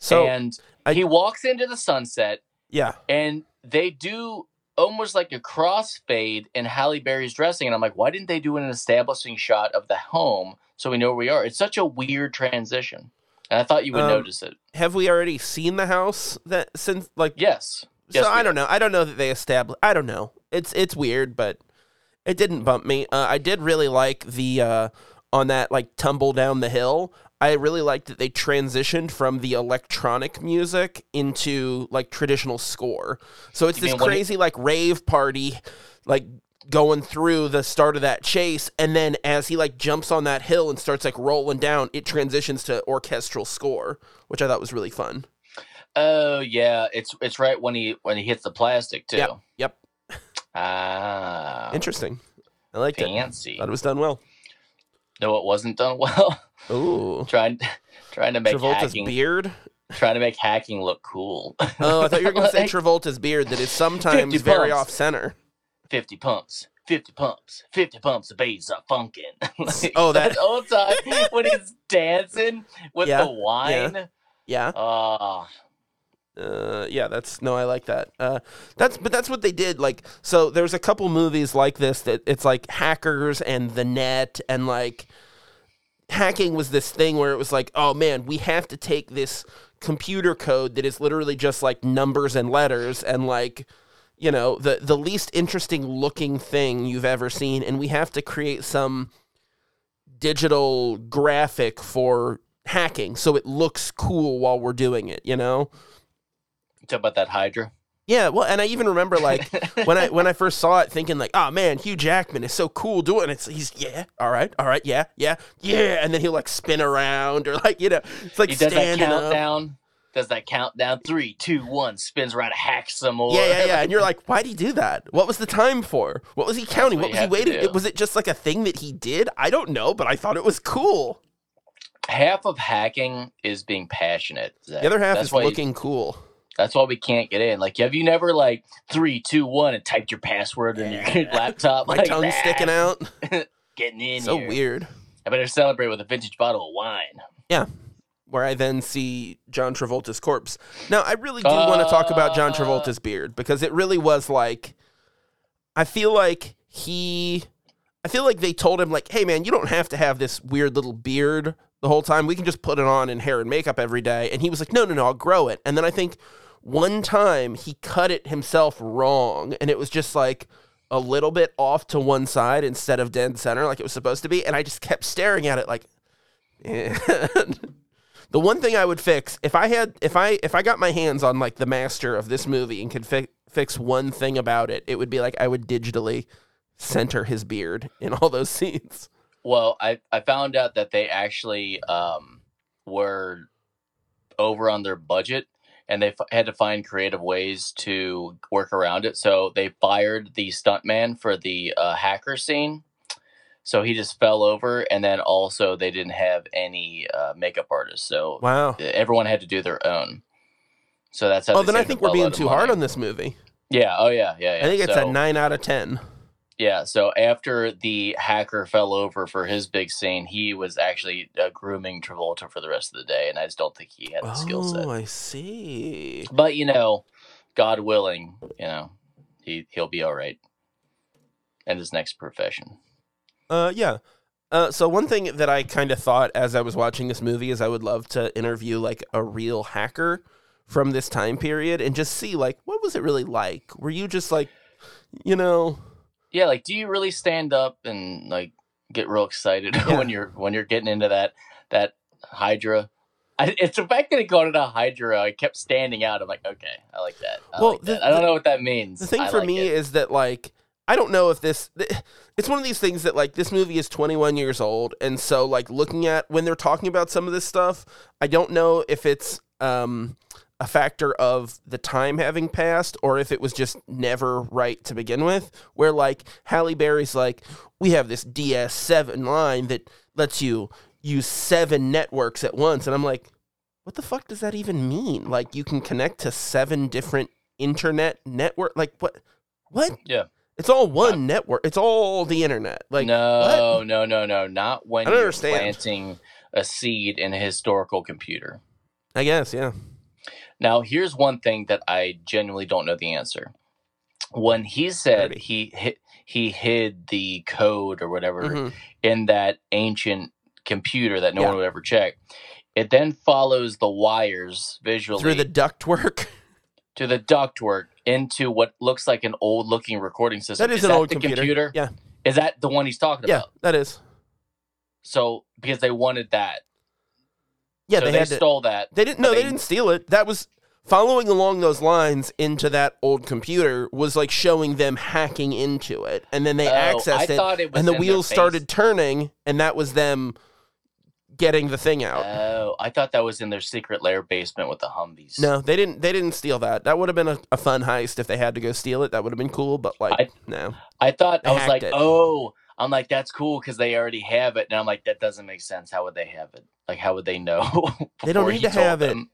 A: so
B: and
A: I-
B: he walks into the sunset,
A: yeah,
B: and they do almost like a crossfade in Halle Berry's dressing, and I'm like, why didn't they do an establishing shot of the home so we know where we are? It's such a weird transition, and I thought you would
A: Um,
B: notice it.
A: have we already seen the house that since like?
B: Yes. yes
A: so
B: we
A: I don't know. I don't know that they established. I don't know. It's it's weird, but it didn't bump me. Uh, I did really like the uh, on that like tumble down the hill. I really liked that they transitioned from the electronic music into like traditional score. So it's
B: You
A: this
B: mean when it-
A: crazy like rave party, like going through the start of that chase and then as he like jumps on that hill and starts like rolling down it transitions to orchestral score which i thought was really fun
B: Oh yeah, it's it's right when he when he hits the plastic too.
A: yep
B: Ah,
A: interesting i liked it
B: fancy.
A: thought it was done well
B: No, it wasn't done well.
A: ooh
B: trying trying to make
A: Travolta's
B: hacking
A: beard.
B: trying to make hacking look cool.
A: Oh, I thought you were going to say
B: Like-
A: Travolta's beard that is sometimes
B: 50
A: very
B: pumps.
A: off center.
B: Fifty pumps. 50 pumps, 50 pumps, the bass are funkin'. Like,
A: Oh, that-
B: whole time when he's dancing with
A: Yeah,
B: the wine.
A: Yeah.
B: Ah,
A: uh, yeah, that's no, I like that. Uh, that's but that's what they did. Like, so there's a couple movies like this that it's like hackers and the net and like hacking was this thing where it was like, oh man, we have to take this computer code that is literally just like numbers and letters and like you know the the least interesting looking thing you've ever seen, and we have to create some digital graphic for hacking so it looks cool while we're doing it. You know.
B: Talk about that Hydra.
A: Yeah, well, and I even remember like when I when I first saw it, thinking like, "Oh man, Hugh Jackman is so cool doing it." It's, he's yeah, all right, all right, yeah, yeah, yeah, and then he'll like spin around or like you know, it's like
B: he does that
A: standing up.
B: countdown. Does that countdown? Three, two, one. Spins around, hacks some more.
A: Yeah, yeah, yeah, and you're like, "Why would he do that? What was the time for? What was he counting?
B: what
A: What, was
B: you
A: he
B: have to
A: waiting?
B: do.
A: It, was it just like a thing that he did? I don't know, but I thought it was cool.
B: Half of hacking is being passionate. Zach.
A: The other half
B: That's
A: is
B: why you-
A: looking cool.
B: That's why we can't get in. Like, have you never like three, two, one, and typed your password in your
A: Yeah.
B: laptop?
A: My
B: like,
A: tongue
B: "Ah,
A: sticking out,
B: Getting in.
A: so
B: here.
A: weird.
B: I better celebrate with a vintage bottle of wine.
A: where I then see John Travolta's corpse. Now, I really do want to talk about John
B: Uh.
A: Travolta's beard because it really was like, I feel like he, I feel like they told him like, hey man, you don't have to have this weird little beard the whole time. We can just put it on in hair and makeup every day. And he was like, no, no, no, I'll grow it. And then I think one time he cut it himself wrong, and it was just like. A little bit off to one side instead of dead center, like it was supposed to be, and I just kept staring at it, like, and the one thing I would fix if I had if I if I got my hands on like the master of this movie and could fi- fix one thing about it, it would be like I would digitally center his beard in all those scenes.
B: Well, I, I found out that they actually um, were over on their budget and they f- had to find creative ways to work around it. So they fired the stuntman for the uh, hacker scene. So he just fell over. And then also, they didn't have any uh, makeup artists. So
A: Wow.
B: everyone had to do their own. So that's how
A: Oh,
B: they
A: then I
B: saved a
A: think we're being
B: buttload of
A: too hard
B: money.
A: on this movie.
B: Yeah. Oh, yeah. Yeah. yeah.
A: I think it's
B: So-
A: a nine out of ten.
B: yeah, so after the hacker fell over for his big scene, he was actually uh, grooming Travolta for the rest of the day, and I just don't think he had the skill set.
A: Oh, I see.
B: But you know, God willing, you know, he he'll be all right in his next profession.
A: Uh, yeah. Uh, so one thing that I kind of thought as I was watching this movie is I would love to interview like a real hacker from this time period and just see like what was it really like? Were you just like, you know,
B: Yeah, like, do you really stand up and like get real excited
A: Yeah.
B: when you're when you're getting into that that Hydra? I, it's the fact that it called it a Hydra. I kept standing out. I'm like, okay, I like that. I,
A: Well,
B: like
A: the-
B: that. I don't
A: the-
B: know what that means.
A: The thing
B: I
A: for
B: like
A: me
B: it.
A: is that like I don't know if this th- it's one of these things that like this movie is 21 years old and so like looking at when they're talking about some of this stuff, I don't know if it's um a factor of the time having passed or if it was just never right to begin with where like Halle Berry's like we have this DS7 line that lets you use seven networks at once and I'm like what the fuck does that even mean? Like you can connect to seven different internet network like what what
B: Yeah.
A: it's all one
B: Uh,
A: network it's all the internet like
B: no, no, no, no, not when
A: I don't
B: you're
A: understand.
B: planting a seed in a historical computer.
A: i guess yeah
B: Now, here's one thing that I genuinely don't know the answer. When he said
A: Maybe.
B: he hid, he hid the code or whatever
A: Mhm.
B: in that ancient computer that no
A: Yeah.
B: one would ever check, it then follows the wires visually
A: through the ductwork
B: to the ductwork into what looks like an old-looking recording system.
A: that is, an old
B: the
A: computer. yeah
B: Is that the one he's talking
A: yeah
B: about?
A: that is
B: So because they wanted that,
A: yeah
B: so
A: they,
B: they,
A: had to
B: stole that.
A: they didn't no they,
B: they-
A: didn't steal it that was following along those lines into that old computer was like showing them hacking into it and then they
B: Oh,
A: accessed it
B: thought was
A: and the
B: in their
A: wheels
B: face.
A: started turning and that was them getting the thing out
B: Oh, I thought that was in their secret lair basement with the Humvees.
A: No, they didn't. They didn't steal that. That would have been a, a fun heist if they had to go steal it. That would have been cool. But like,
B: I-
A: no,
B: I thought
A: They
B: I was
A: hacked
B: like,
A: it.
B: oh, I'm like that's cool because they already have it, and I'm like that doesn't make sense. How would they have it? Like how would they know?
A: They don't
B: before
A: need
B: he
A: to
B: told
A: have it,
B: them?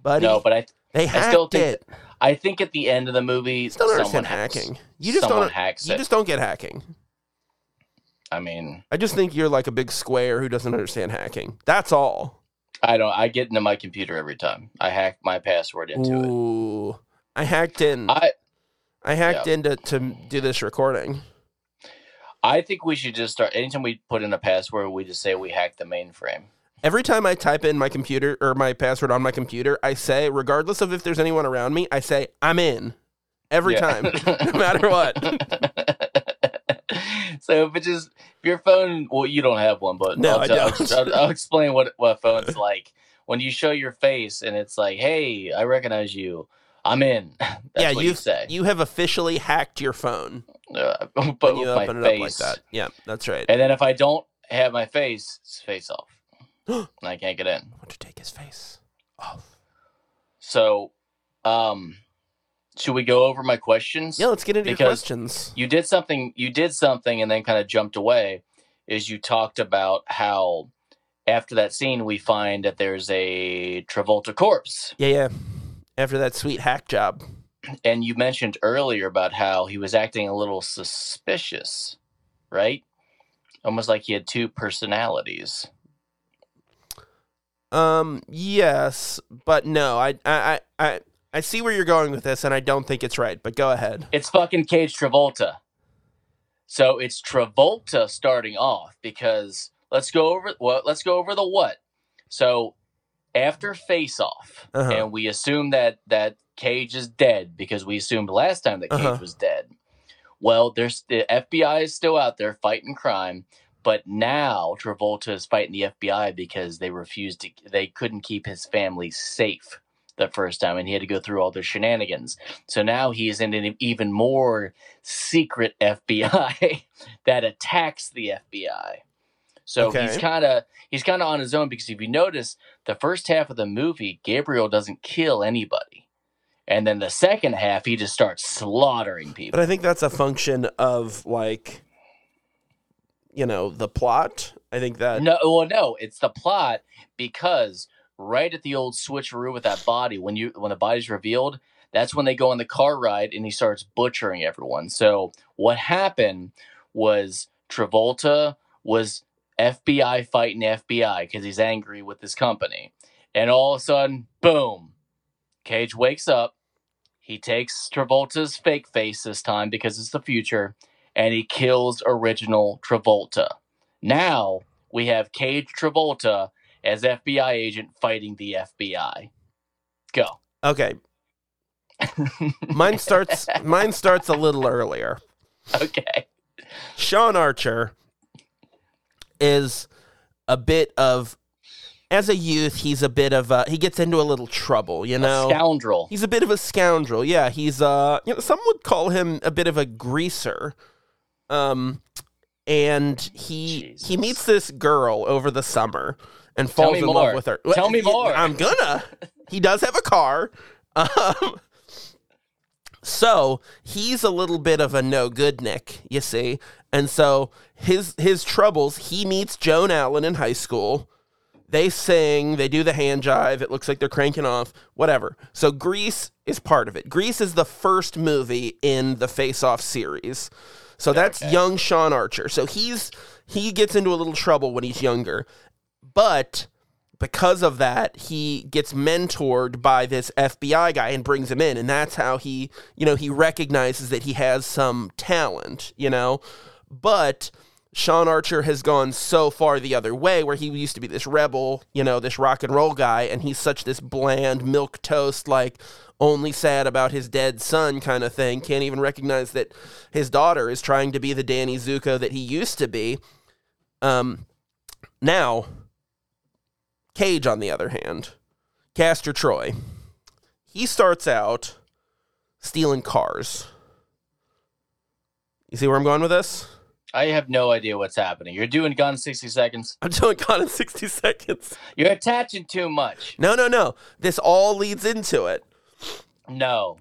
A: buddy,
B: No, but I
A: they hacked
B: I still think
A: it.
B: I think at the end of the movie,
A: You just don't
B: someone
A: understand
B: hacks-
A: hacking. You just
B: someone
A: don't.
B: hacks
A: You
B: it.
A: just don't get hacking.
B: I mean,
A: I just think you're like a big square who doesn't understand hacking. That's all.
B: I don't. I get into my computer every time. I hack my password into it.
A: Ooh. I hacked in. I,
B: I
A: hacked in to, to do this recording.
B: I think we should just start. Anytime we put in a password, we just say we hacked the mainframe.
A: Every time I type in my computer or my password on my computer, I say, regardless of if there's anyone around me, I say, I'm in. Every
B: Yeah.
A: time, no matter what.
B: so if it just if your phone, well, you don't have one, but
A: No,
B: I'll,
A: I
B: tell- I'll
A: don't.
B: just- I'll- I'll explain what what a phone's like when you show your face and it's like, "Hey, I recognize you. I'm in." That's
A: yeah,
B: what
A: you
B: you say.
A: you have officially hacked your phone
B: Uh, but
A: when
B: with
A: you
B: my
A: open it
B: face,
A: up like that. Yeah, that's right.
B: and then if I don't have my face, it's face off, and I can't get in.
A: I want to take his face off.
B: So, um, should we go over my questions?
A: Yeah, let's get into your
B: Because-
A: questions.
B: you did something you did something and then kind of jumped away is you talked about how after that scene we find that there's a travolta corpse
A: Yeah, yeah. After that sweet hack job.
B: and you mentioned earlier about how he was acting a little suspicious right almost like he had two personalities
A: Um, yes, but no. I I I I, I see where you're going with this and I don't think it's right, but go ahead.
B: it's fucking cage travolta so it's travolta starting off because let's go over what let's go over the what so after face off
A: Uh-huh.
B: and we assume that that cage is dead because we assumed last time that cage
A: Uh-huh.
B: was dead well there's the fbi is still out there fighting crime but now travolta is fighting the fbi because they refused to they couldn't keep his family safe the first time and he had to go through all their shenanigans so now he is in an even more secret fbi that attacks the fbi so
A: Okay.
B: he's kind of he's kind of on his own because if you notice the first half of the movie, Gabriel doesn't kill anybody. And then the second half, he just starts slaughtering
A: But
B: people.
A: I think that's a function of like you know, the plot. I think that
B: No, well, no, it's the plot because right at the old switcheroo with that body, when you when the body's revealed, that's when they go on the car ride and he starts butchering everyone. So what happened was Travolta was FBI fighting FBI because he's angry with his company, and all of a sudden, boom, Cage wakes up. He takes Travolta's fake face this time because it's the future, and he kills original Travolta. Now we have Cage Travolta as FBI agent fighting the FBI. Go.
A: okay. Mine starts mine starts a little earlier.
B: Okay.
A: Sean Archer is a bit of as a youth he's a bit of a, he gets into a little trouble, you know.
B: Scoundrel.
A: He's a bit of a scoundrel. Yeah, he's uh you know, some would call him a bit of a greaser. Um and he
B: Jesus.
A: he meets this girl over the summer and
B: Tell
A: falls
B: me
A: in
B: more.
A: love with her.
B: Tell me more.
A: I'm gonna. He does have a car. Um so he's a little bit of a no good Nick, you see. And so his his troubles, he meets Joan Allen in high school. They sing, they do the hand jive, it looks like they're cranking off, whatever. So Grease is part of it. Grease is the first movie in the Face Off series. So that's young Sean Archer. So he's he gets into a little trouble when he's younger. But because of that, he gets mentored by this FBI guy and brings him in. And that's how he, you know, he recognizes that he has some talent, you know. But Sean Archer has gone so far the other way where he used to be this rebel, you know, this rock and roll guy. And he's such this bland, milk toast, like only sad about his dead son kind of thing. Can't even recognize that his daughter is trying to be the Danny Zuko that he used to be. Um, now, Cage, on the other hand, Castor Troy, he starts out stealing cars. You see where I'm going with this?
B: I have no idea what's happening. You're doing Gone 60 Seconds.
A: I'm doing God in 60 seconds.
B: You're attaching too much.
A: No, no, no. This all leads into it.
B: No.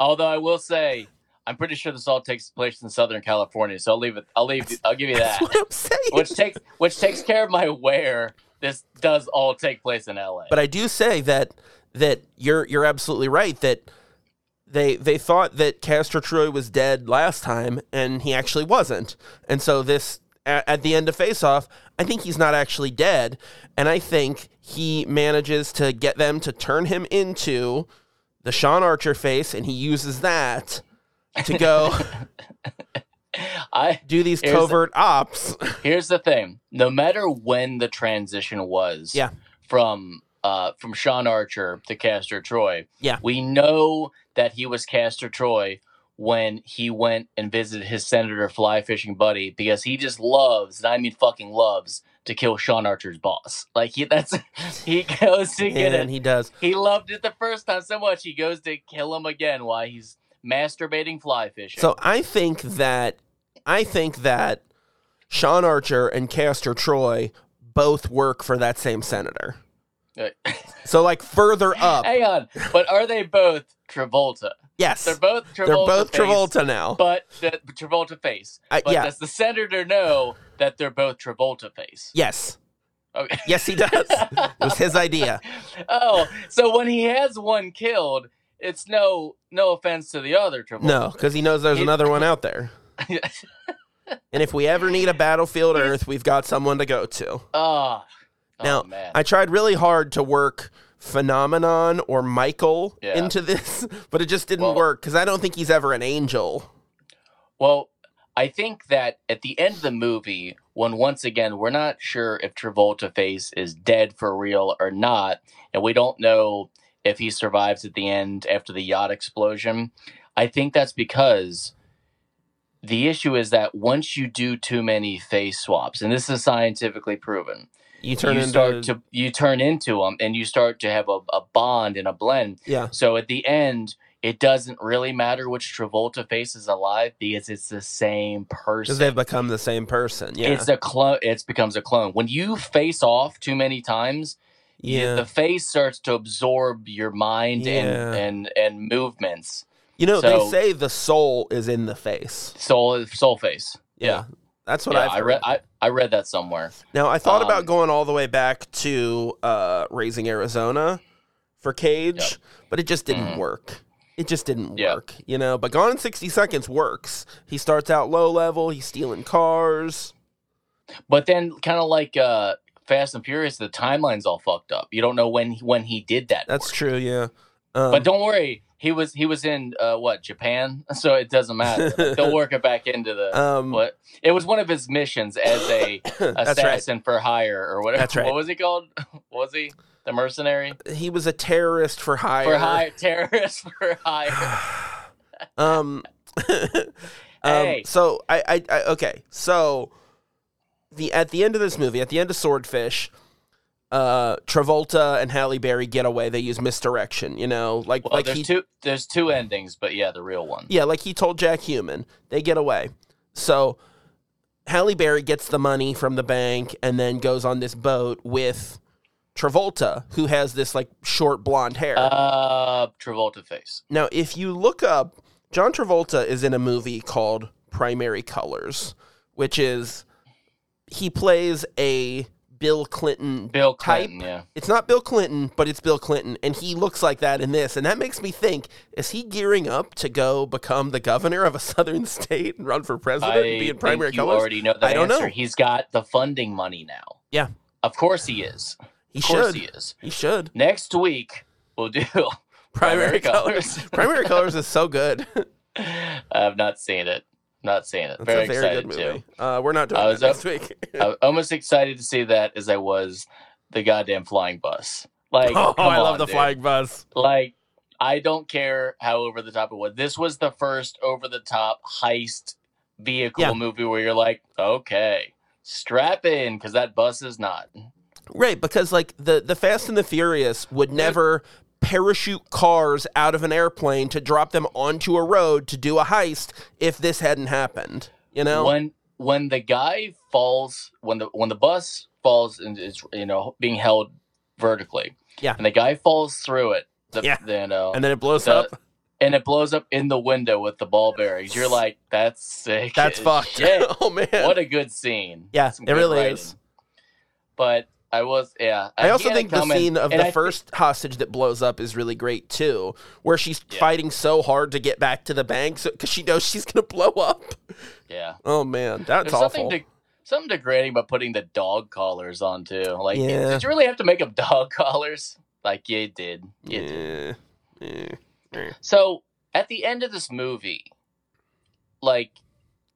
B: Although I will say, I'm pretty sure this all takes place in Southern California, so I'll leave it. I'll leave. I'll give you
A: That's
B: that.
A: what I'm saying.
B: Which takes which takes care of my where this does all take place in L.A.
A: But I do say that that you're you're absolutely right that they they thought that Castor Troy was dead last time and he actually wasn't. And so this at, at the end of Face Off, I think he's not actually dead, and I think he manages to get them to turn him into the Sean Archer face, and he uses that to go
B: I
A: do these
B: Here's the-
A: covert ops.
B: here's the thing. No matter when the transition was
A: Yeah.
B: from uh from Sean Archer to Castor Troy.
A: Yeah.
B: We know that he was Castor Troy when he went and visited his senator fly fishing buddy because he just loves, and I mean fucking loves, to kill Sean Archer's boss. Like he that's he goes to get it.
A: and he does.
B: He loved it the first time so much he goes to kill him again while he's masturbating fly fishing.
A: So I think
B: Hmm.
A: that I think that Sean Archer and Castor Troy both work for that same senator.
B: Uh,
A: So like further up,
B: hang on, but are they both Travolta?
A: yes,
B: They're both Travolta.
A: they're both
B: face,
A: Travolta now.
B: but the the Travolta face.
A: Uh,
B: But
A: yeah.
B: does the senator know that they're both Travolta face?
A: Yes,
B: Okay.
A: yes, he does. it was his idea.
B: Oh, so when he has one killed, it's no no offense to the other Travolta.
A: No, because he knows there's
B: It-
A: another one out there. And if we ever need a battlefield Earth, we've got someone to go to.
B: Ah. oh,
A: Now,
B: man.
A: I tried really hard to work Phenomenon or Michael
B: Yeah.
A: into this, but it just didn't
B: Well-
A: work because I don't think he's ever an angel.
B: Well, I think that at the end of the movie, when once again we're not sure if Travolta face is dead for real or not, and we don't know if he survives at the end after the yacht explosion, I think that's because the issue is that once you do too many face swaps, and this is scientifically proven,
A: You turn
B: you
A: into
B: start to you turn into them and you start to have a, a bond and a blend
A: Yeah.
B: so at the end it doesn't really matter which travolta face is alive because it's the same
A: because
B: person
A: they've become the same person. Yeah,
B: it's a clone it becomes a clone when you face off too many times you-
A: yeah.
B: the face starts to absorb your mind
A: Yeah.
B: and, and and movements
A: you know,
B: so-
A: they say the soul is in the face.
B: soul soul face
A: Yeah, that's what
B: yeah,
A: I've
B: i
A: heard.
B: read I, I read that somewhere
A: Now I thought about
B: Um,
A: going all the way back to uh, Raising Arizona for Cage,
B: Yep.
A: but it just didn't
B: Mhm.
A: work. It just didn't
B: Yeah.
A: work, you know. But Gone in sixty seconds works. He starts out low level. He's stealing cars.
B: But then, kind of like uh, Fast and Furious, the timeline's all fucked up. You don't know when when he did that.
A: That's
B: work.
A: true, yeah. Um,
B: But don't worry, he was he was in uh, what Japan, so it doesn't matter. They'll work it back into the.
A: um,
B: what it was one of his missions as a
A: that's right.
B: assassin for hire or whatever.
A: That's right.
B: What was he called? What was he the mercenary
A: He was a terrorist for hire.
B: for hire? Terrorist for hire.
A: Um, um,
B: Hey.
A: So I, I, I okay. So the at the end of this movie, at the end of Swordfish, uh, Travolta and Halle Berry get away. They use misdirection. You know, like
B: Well,
A: like
B: there's
A: he,
B: two there's two endings, but yeah, the real one.
A: yeah, like he told Jack Human. They get away. So Halle Berry gets the money from the bank and then goes on this boat with Travolta, who has this like short blonde hair.
B: Uh, Travolta face.
A: Now, if you look up, John Travolta is in a movie called Primary Colors, which is he plays a Bill Clinton.
B: Bill
A: Type.
B: Clinton. Yeah.
A: It's not Bill Clinton, but it's Bill Clinton, and he looks like that in this, and that makes me think: Is he gearing up to go become the governor of a southern state and run for president and be in
B: think
A: Primary
B: you
A: Colors?
B: already know the
A: I don't
B: answer.
A: know.
B: He's got the funding money now.
A: Yeah.
B: Of course he is. Of
A: He
B: course
A: should.
B: he is.
A: He should.
B: Next week we'll do
A: Primary, Colors. Primary Colors is so good.
B: I've not seen it. Not seen it.
A: That's
B: very
A: a very
B: excited
A: good movie. Uh, we're not doing
B: I
A: that
B: was
A: next
B: up-
A: week.
B: too. I'm almost excited to see that as I was the goddamn flying bus. Like
A: oh,
B: come
A: I love
B: on,
A: the
B: dude.
A: flying bus.
B: Like I don't care how over the top it was. This was the first over the top heist vehicle
A: Yeah.
B: movie where you're like, okay, strap in because that bus is not.
A: Right, because like the the Fast and the Furious would never parachute cars out of an airplane to drop them onto a road to do a heist if this hadn't happened. You know?
B: when when the guy falls when the when the bus falls and it's you know being held vertically
A: Yeah.
B: and the guy falls through it the,
A: Yeah.
B: the- you know,
A: and then it blows
B: the-
A: up.
B: and it blows up in the window with the ball bearings you're like that's sick
A: That's
B: as
A: fucked.
B: shit.
A: oh man.
B: what a good scene
A: yeah,
B: Some
A: it
B: good
A: really
B: writing.
A: is.
B: but i was yeah
A: I
B: he
A: also
B: had a
A: think the
B: comment,
A: scene of
B: and
A: the
B: I-
A: first hostage that blows up is really great too, where she's
B: Yeah.
A: fighting so hard to get back to the bank because she knows she's gonna blow up.
B: yeah
A: Oh man, that's
B: there's
A: awful.
B: something to Something degrading about putting the dog collars on too. Like,
A: Yeah.
B: did you really have to make up dog collars? Like, you did. You did.
A: Yeah. Yeah.
B: So at the end of this movie, like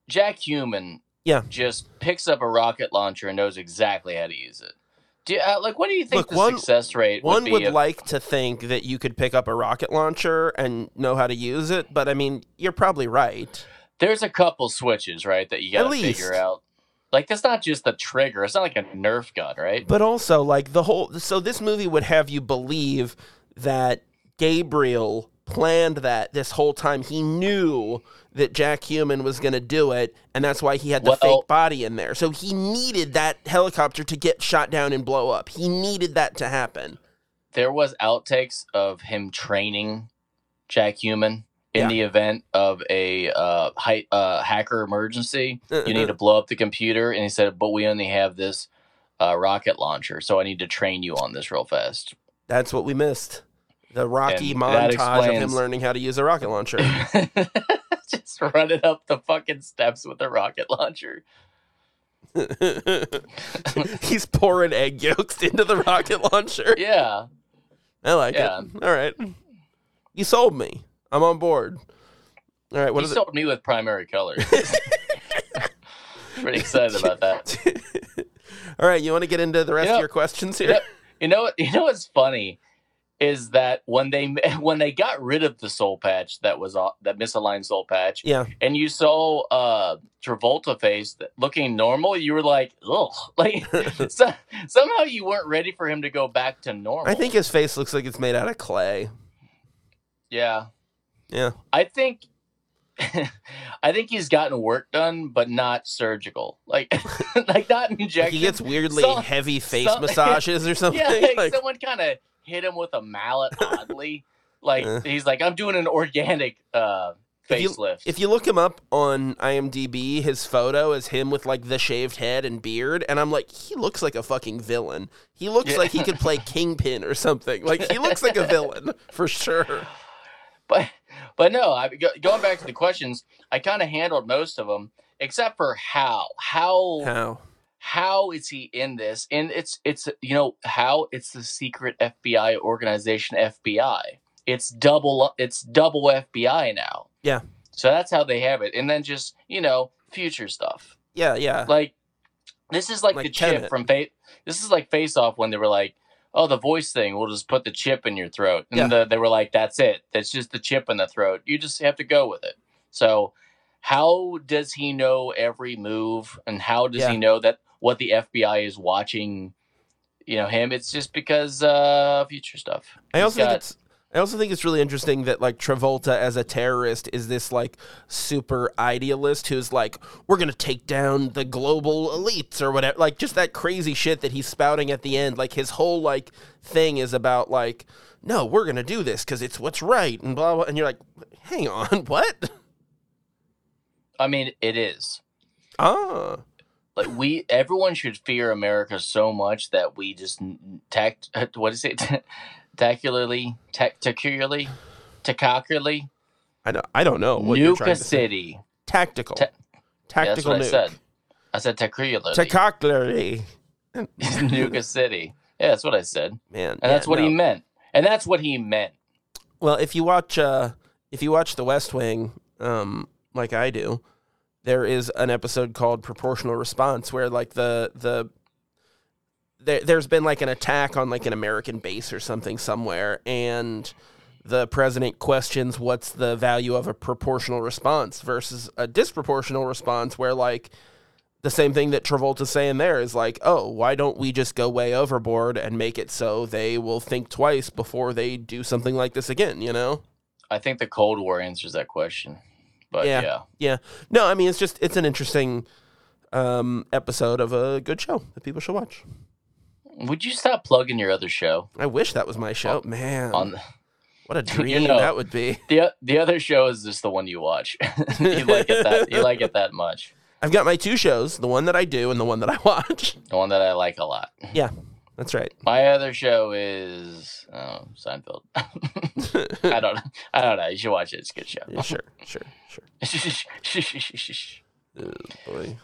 B: Jack Human,
A: Yeah.
B: just picks up a rocket launcher and knows exactly how to use it. Do you, uh, like what do you think
A: Look,
B: the
A: one-
B: success rate
A: One
B: would be?
A: would
B: of-
A: like to think that you could pick up a rocket launcher and know how to use it, but I mean, you're probably right.
B: There's a couple switches right that you
A: At
B: got to
A: least.
B: figure out. Like that's not just the trigger; it's not like a Nerf gun, right?
A: But also, like the whole, so this movie would have you believe that Gabriel planned that this whole time. He knew that Jack Human was going to do it, and that's why he had the
B: Well-
A: fake body in there. So he needed that helicopter to get shot down and blow up. He needed that to happen.
B: There was outtakes of him training Jack Human in
A: Yeah.
B: the event of a uh, hi- uh, hacker emergency. you
A: Uh-uh.
B: need to blow up the computer and he said but we only have this uh, rocket launcher so i need to train you on this real fast
A: That's what we missed. The Rocky
B: And that
A: montage of him
B: explains-
A: learning how to use a rocket launcher.
B: just running up the fucking steps with a rocket launcher
A: He's pouring egg yolks into the rocket launcher.
B: yeah
A: I like
B: Yeah.
A: it. All right. You sold me. I'm on board. All right. What
B: he
A: is
B: sold me with primary colors pretty excited about that
A: it? All right. You want to get into the rest of
B: Yep.
A: your questions here?
B: Yep. you know what- you know what's funny is that when they when they got rid of the soul patch that was on that misaligned soul patch
A: Yeah.
B: and you saw uh Travolta face that looking normal, you were like, ugh. Like so, somehow you weren't ready for him to go back to normal.
A: I think his face looks like it's made out of clay.
B: Yeah.
A: Yeah.
B: I think I think he's gotten work done, but not surgical. Like like not
A: Like, he
B: injection.
A: gets weirdly
B: Some-
A: heavy face
B: some-
A: massages or something.
B: yeah, like,
A: Like,
B: someone kinda hit him with a mallet oddly. like
A: Yeah.
B: he's like, I'm doing an organic uh
A: If you-
B: facelift.
A: If you look him up on IMDb, his photo is him with like the shaved head and beard, and I'm like, he looks like a fucking villain. He looks
B: Yeah.
A: like he could play Kingpin or something. Like he looks like a villain for sure.
B: but but no, I go, going back to the questions, I kind of handled most of them except for how how
A: How?
B: how is he in this? And it's it's you know how it's the secret FBI organization FBI. It's double it's double FBI now.
A: Yeah.
B: So that's how they have it, and then just you know future stuff
A: Yeah, yeah.
B: like this is like,
A: Like
B: the chip
A: Tenet.
B: from Fate. This is like Face Off when they were like, "Oh, the voice thing. We'll just put the chip in your throat." And
A: Yeah.
B: the, they were like, "That's it. That's just the chip in the throat. You just have to go with it." So, how does he know every move, and how does
A: Yeah.
B: he know that what the FBI is watching? You know him. It's just because uh future stuff.
A: I
B: He's
A: also
B: got-
A: think it's I also think it's really interesting that like Travolta as a terrorist is this like super idealist who's like we're going to take down the global elites or whatever like just that crazy shit that he's spouting at the end like his whole like thing is about like no we're going to do this cuz it's what's right and blah blah and you're like hang on what
B: I mean, it is.
A: ah
B: like we everyone should fear America so much that we just n- tact what is it tacticularly tacticularly tacticularly
A: I don't, I don't know what you're
B: nuke
A: trying
B: a
A: to say.
B: city.
A: tactical
B: Ta- Yeah, that's
A: tactical
B: what I said.
A: nuke
B: I said tacticularly
A: tacticularly
B: nuke a city. Yeah, that's what I said, and
A: man yeah,
B: that's what
A: no.
B: he meant, and that's what he meant.
A: Well, if you watch uh, if you watch The West Wing, um, like I do, there is an episode called Proportional Response where like the the there, there's been like an attack on like an American base or something somewhere, and the president questions what's the value of a proportional response versus a disproportional response, where like the same thing that Travolta's saying there is like, oh, why don't we just go way overboard and make it so they will think twice before they do something like this again, you know?
B: I think the Cold War answers that question, but
A: Yeah.
B: yeah,
A: Yeah. No, I mean it's just it's an interesting um episode of a good show that people should watch.
B: would you stop plugging your other show
A: I wish that was my show. Man.
B: on the
A: what a dream
B: know.
A: that would be.
B: the, the other show is just the one you watch. you like it that you like it that much.
A: I've got my two shows, the one that I do and the one that I watch.
B: The one that I like a lot.
A: Yeah. That's right.
B: My other show is oh, Seinfeld. I don't, I don't know. You should watch it. It's a good show.
A: Yeah, Sure, sure, sure.
B: All
A: Boy.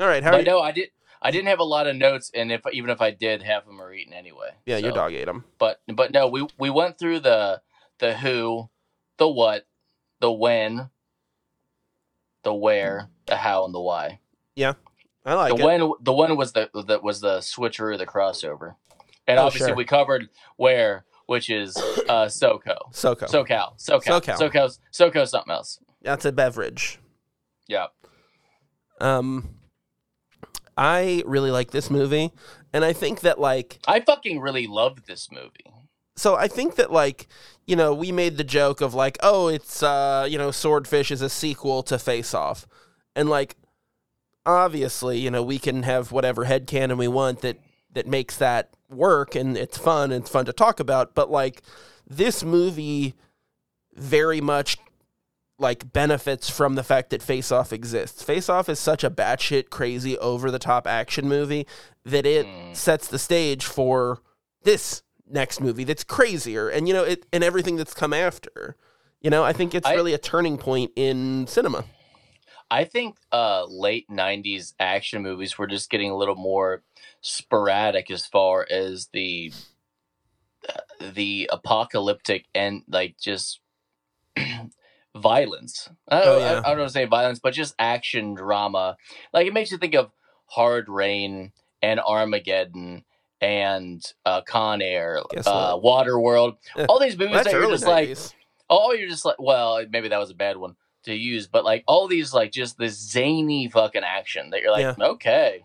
A: All right, how are
B: But
A: you?
B: no, I did. I didn't have a lot of notes, and if even if I did, half of them are eaten anyway.
A: yeah, your
B: So,
A: dog ate him.
B: But but no, we we went through the the who, the what, the when, the where, the how, and the why.
A: I like
B: the
A: it.
B: when the one was the that was the switcheroo, the crossover, and
A: Oh,
B: obviously
A: sure.
B: we covered where, which is uh, SoCo,
A: Soco.
B: SoCal, SoCal,
A: SoCal.
B: SoCal, SoCo, SoCo, something else.
A: That's a beverage.
B: Yeah,
A: Um, I really like this movie, and I think that like
B: I fucking really loved this movie.
A: so I think that like you know we made the joke of like oh it's uh you know Swordfish is a sequel to Face Off, and like obviously you know we can have whatever headcanon we want that that makes that work and it's fun and it's fun to talk about, but like this movie very much like benefits from the fact that Face Off exists. Face Off is such a batshit crazy over the top action movie that it
B: Mm.
A: sets the stage for this next movie that's crazier and you know it and everything that's come after. You know, I think it's
B: I-
A: really a turning point in cinema.
B: I think uh, late '90s action movies were just getting a little more sporadic as far as the uh, the apocalyptic and like just violence. I don't,
A: Oh,
B: I-
A: yeah.
B: I, don't want to say violence, but just action drama. Like it makes you think of Hard Rain and Armageddon and uh, Con Air,
A: Guess
B: uh, Waterworld.
A: Yeah.
B: All these movies
A: That's
B: that you're
A: early
B: just like,
A: 90s.
B: Oh, you're just like, well, maybe that was a bad one to use, but like all these, like just this zany fucking action that you're like, okay,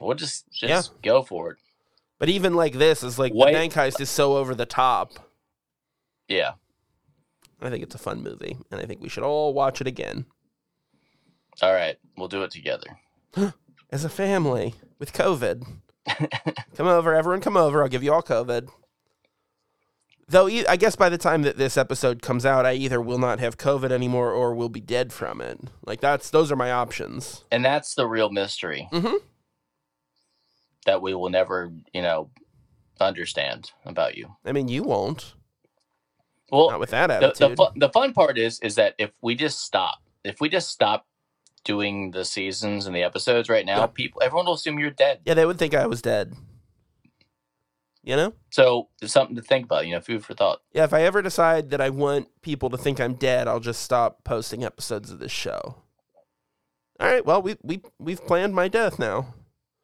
B: we'll just just go for it.
A: But even like this is like the
B: Wait.
A: bank heist is so over the top.
B: Yeah,
A: I think it's a fun movie, and I think we should all watch it again
B: all right, we'll do it together.
A: as a family with COVID. come over, everyone, come over. I'll give you all COVID. Though e- I guess by the time that this episode comes out, I either will not have COVID anymore or will be dead from it. Like that's those are my options.
B: And that's the real mystery
A: Mhm.
B: that we will never, you know, understand about you.
A: I mean, you won't. Not
B: Well,
A: with that
B: the the,
A: attitude.
B: fu- the fun part is is that if we just stop, if we just stop doing the seasons and the episodes right now,
A: Yeah.
B: people, everyone will assume you're dead.
A: yeah, they would think I was dead. You know.
B: So it's something to think about. You know, food for thought.
A: Yeah, if I ever decide that I want people to think I'm dead, I'll just stop posting episodes of this show. All right, well, we we we've planned my death now.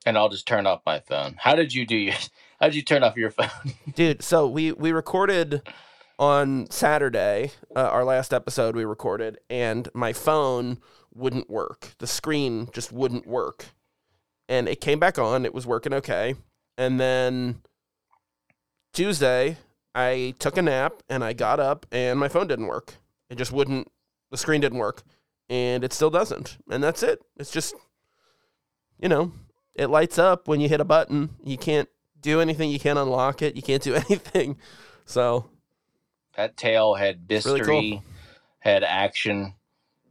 B: and I'll just turn off my phone. How did you do your? How did you turn off your phone?
A: Dude, so we we recorded on Saturday, uh, our last episode we recorded and my phone wouldn't work. The screen just wouldn't work. And it came back on, it was working okay. And then Tuesday, I took a nap and I got up and my phone didn't work. It just wouldn't the screen didn't work and it still doesn't. And that's it. It's just you know, it lights up when you hit a button. You can't do anything, you can't unlock it, you can't do anything. So,
B: That tale had mystery,
A: really cool.
B: had action,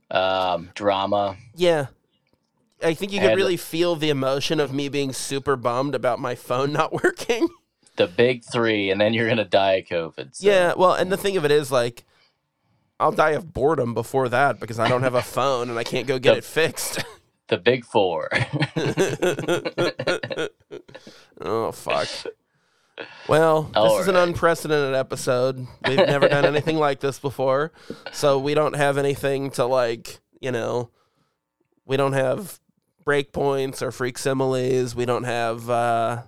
B: um, drama.
A: yeah. I think you could
B: And-
A: really feel the emotion of me being super bummed about my phone not working.
B: The big three, and then you're gonna die of COVID. so-
A: Yeah, well, and the thing of it is like I'll die of boredom before that because I don't have a phone and I can't go get
B: The-
A: it fixed.
B: The big four.
A: oh fuck. Well, this
B: All
A: is an
B: right.
A: unprecedented episode. We've never done anything like this before. So we don't have anything to like, you know, we don't have breakpoints or freak similes. We don't have uh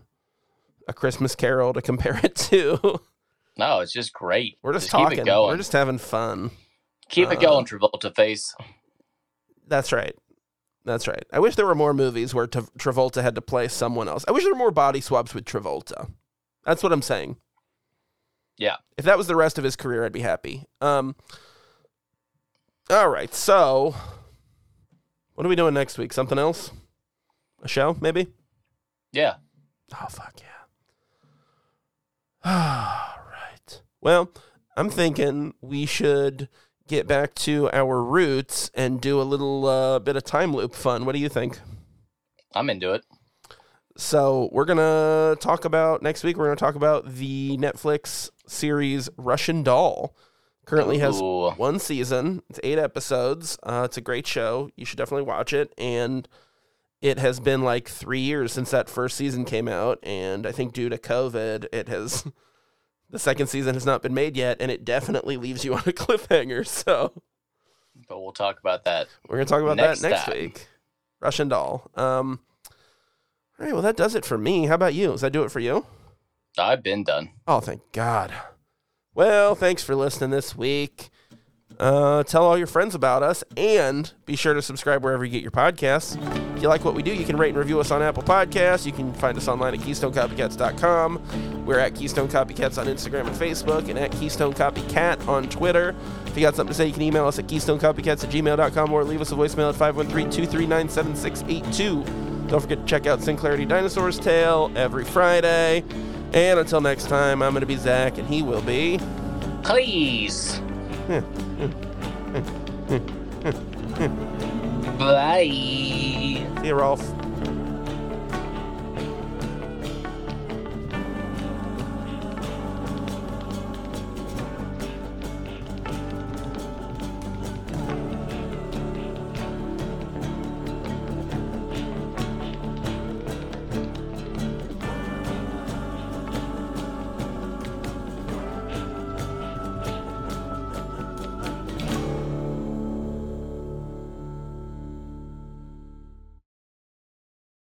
A: a Christmas carol to compare it to.
B: no, it's just great.
A: We're just,
B: keep
A: talking.
B: it going.
A: We're just having fun.
B: keep
A: uh,
B: it going, Travolta face.
A: That's right. That's right. I wish there were more movies where Tra- Travolta had to play someone else. I wish there were more body swaps with Travolta. That's what I'm saying.
B: Yeah.
A: If that was the rest of his career, I'd be happy. Um. All right. So, what are we doing next week? Something else? A show, maybe?
B: Yeah,
A: Oh fuck yeah. All right. Well, I'm thinking we should get back to our roots and do a little uh, bit of time loop fun. What do you think?
B: I'm into it.
A: So we're gonna talk about next week. We're gonna talk about the Netflix series Russian Doll. Currently has
B: Ooh.
A: one season. It's eight episodes. Uh, it's a great show. You should definitely watch it. And it has been like three years since that first season came out, and I think due to COVID, it has the second season has not been made yet, and it definitely leaves you on a cliffhanger. So
B: But we'll talk about that.
A: we're gonna talk about
B: Next
A: that next
B: time.
A: week. Russian doll. Um, all right, well that does it for me. How about you? Does that do it for you?
B: I've been done.
A: Oh, thank God. Well, thanks for listening this week. Uh, tell all your friends about us and be sure to subscribe wherever you get your podcasts. If you like what we do, you can rate and review us on Apple Podcasts. You can find us online at KeystoneCopycats.com. We're at Keystone Copycats on Instagram and Facebook and at Keystone Copycat on Twitter. If you got something to say, you can email us at KeystoneCopycats at gmail.com or leave us a voicemail at 513 239 7682. Don't forget to check out Sinclarity Dinosaur's Tale every Friday. And until next time, I'm going to be Zach and he will be.
B: Please. Bye.
A: See you, Rolf.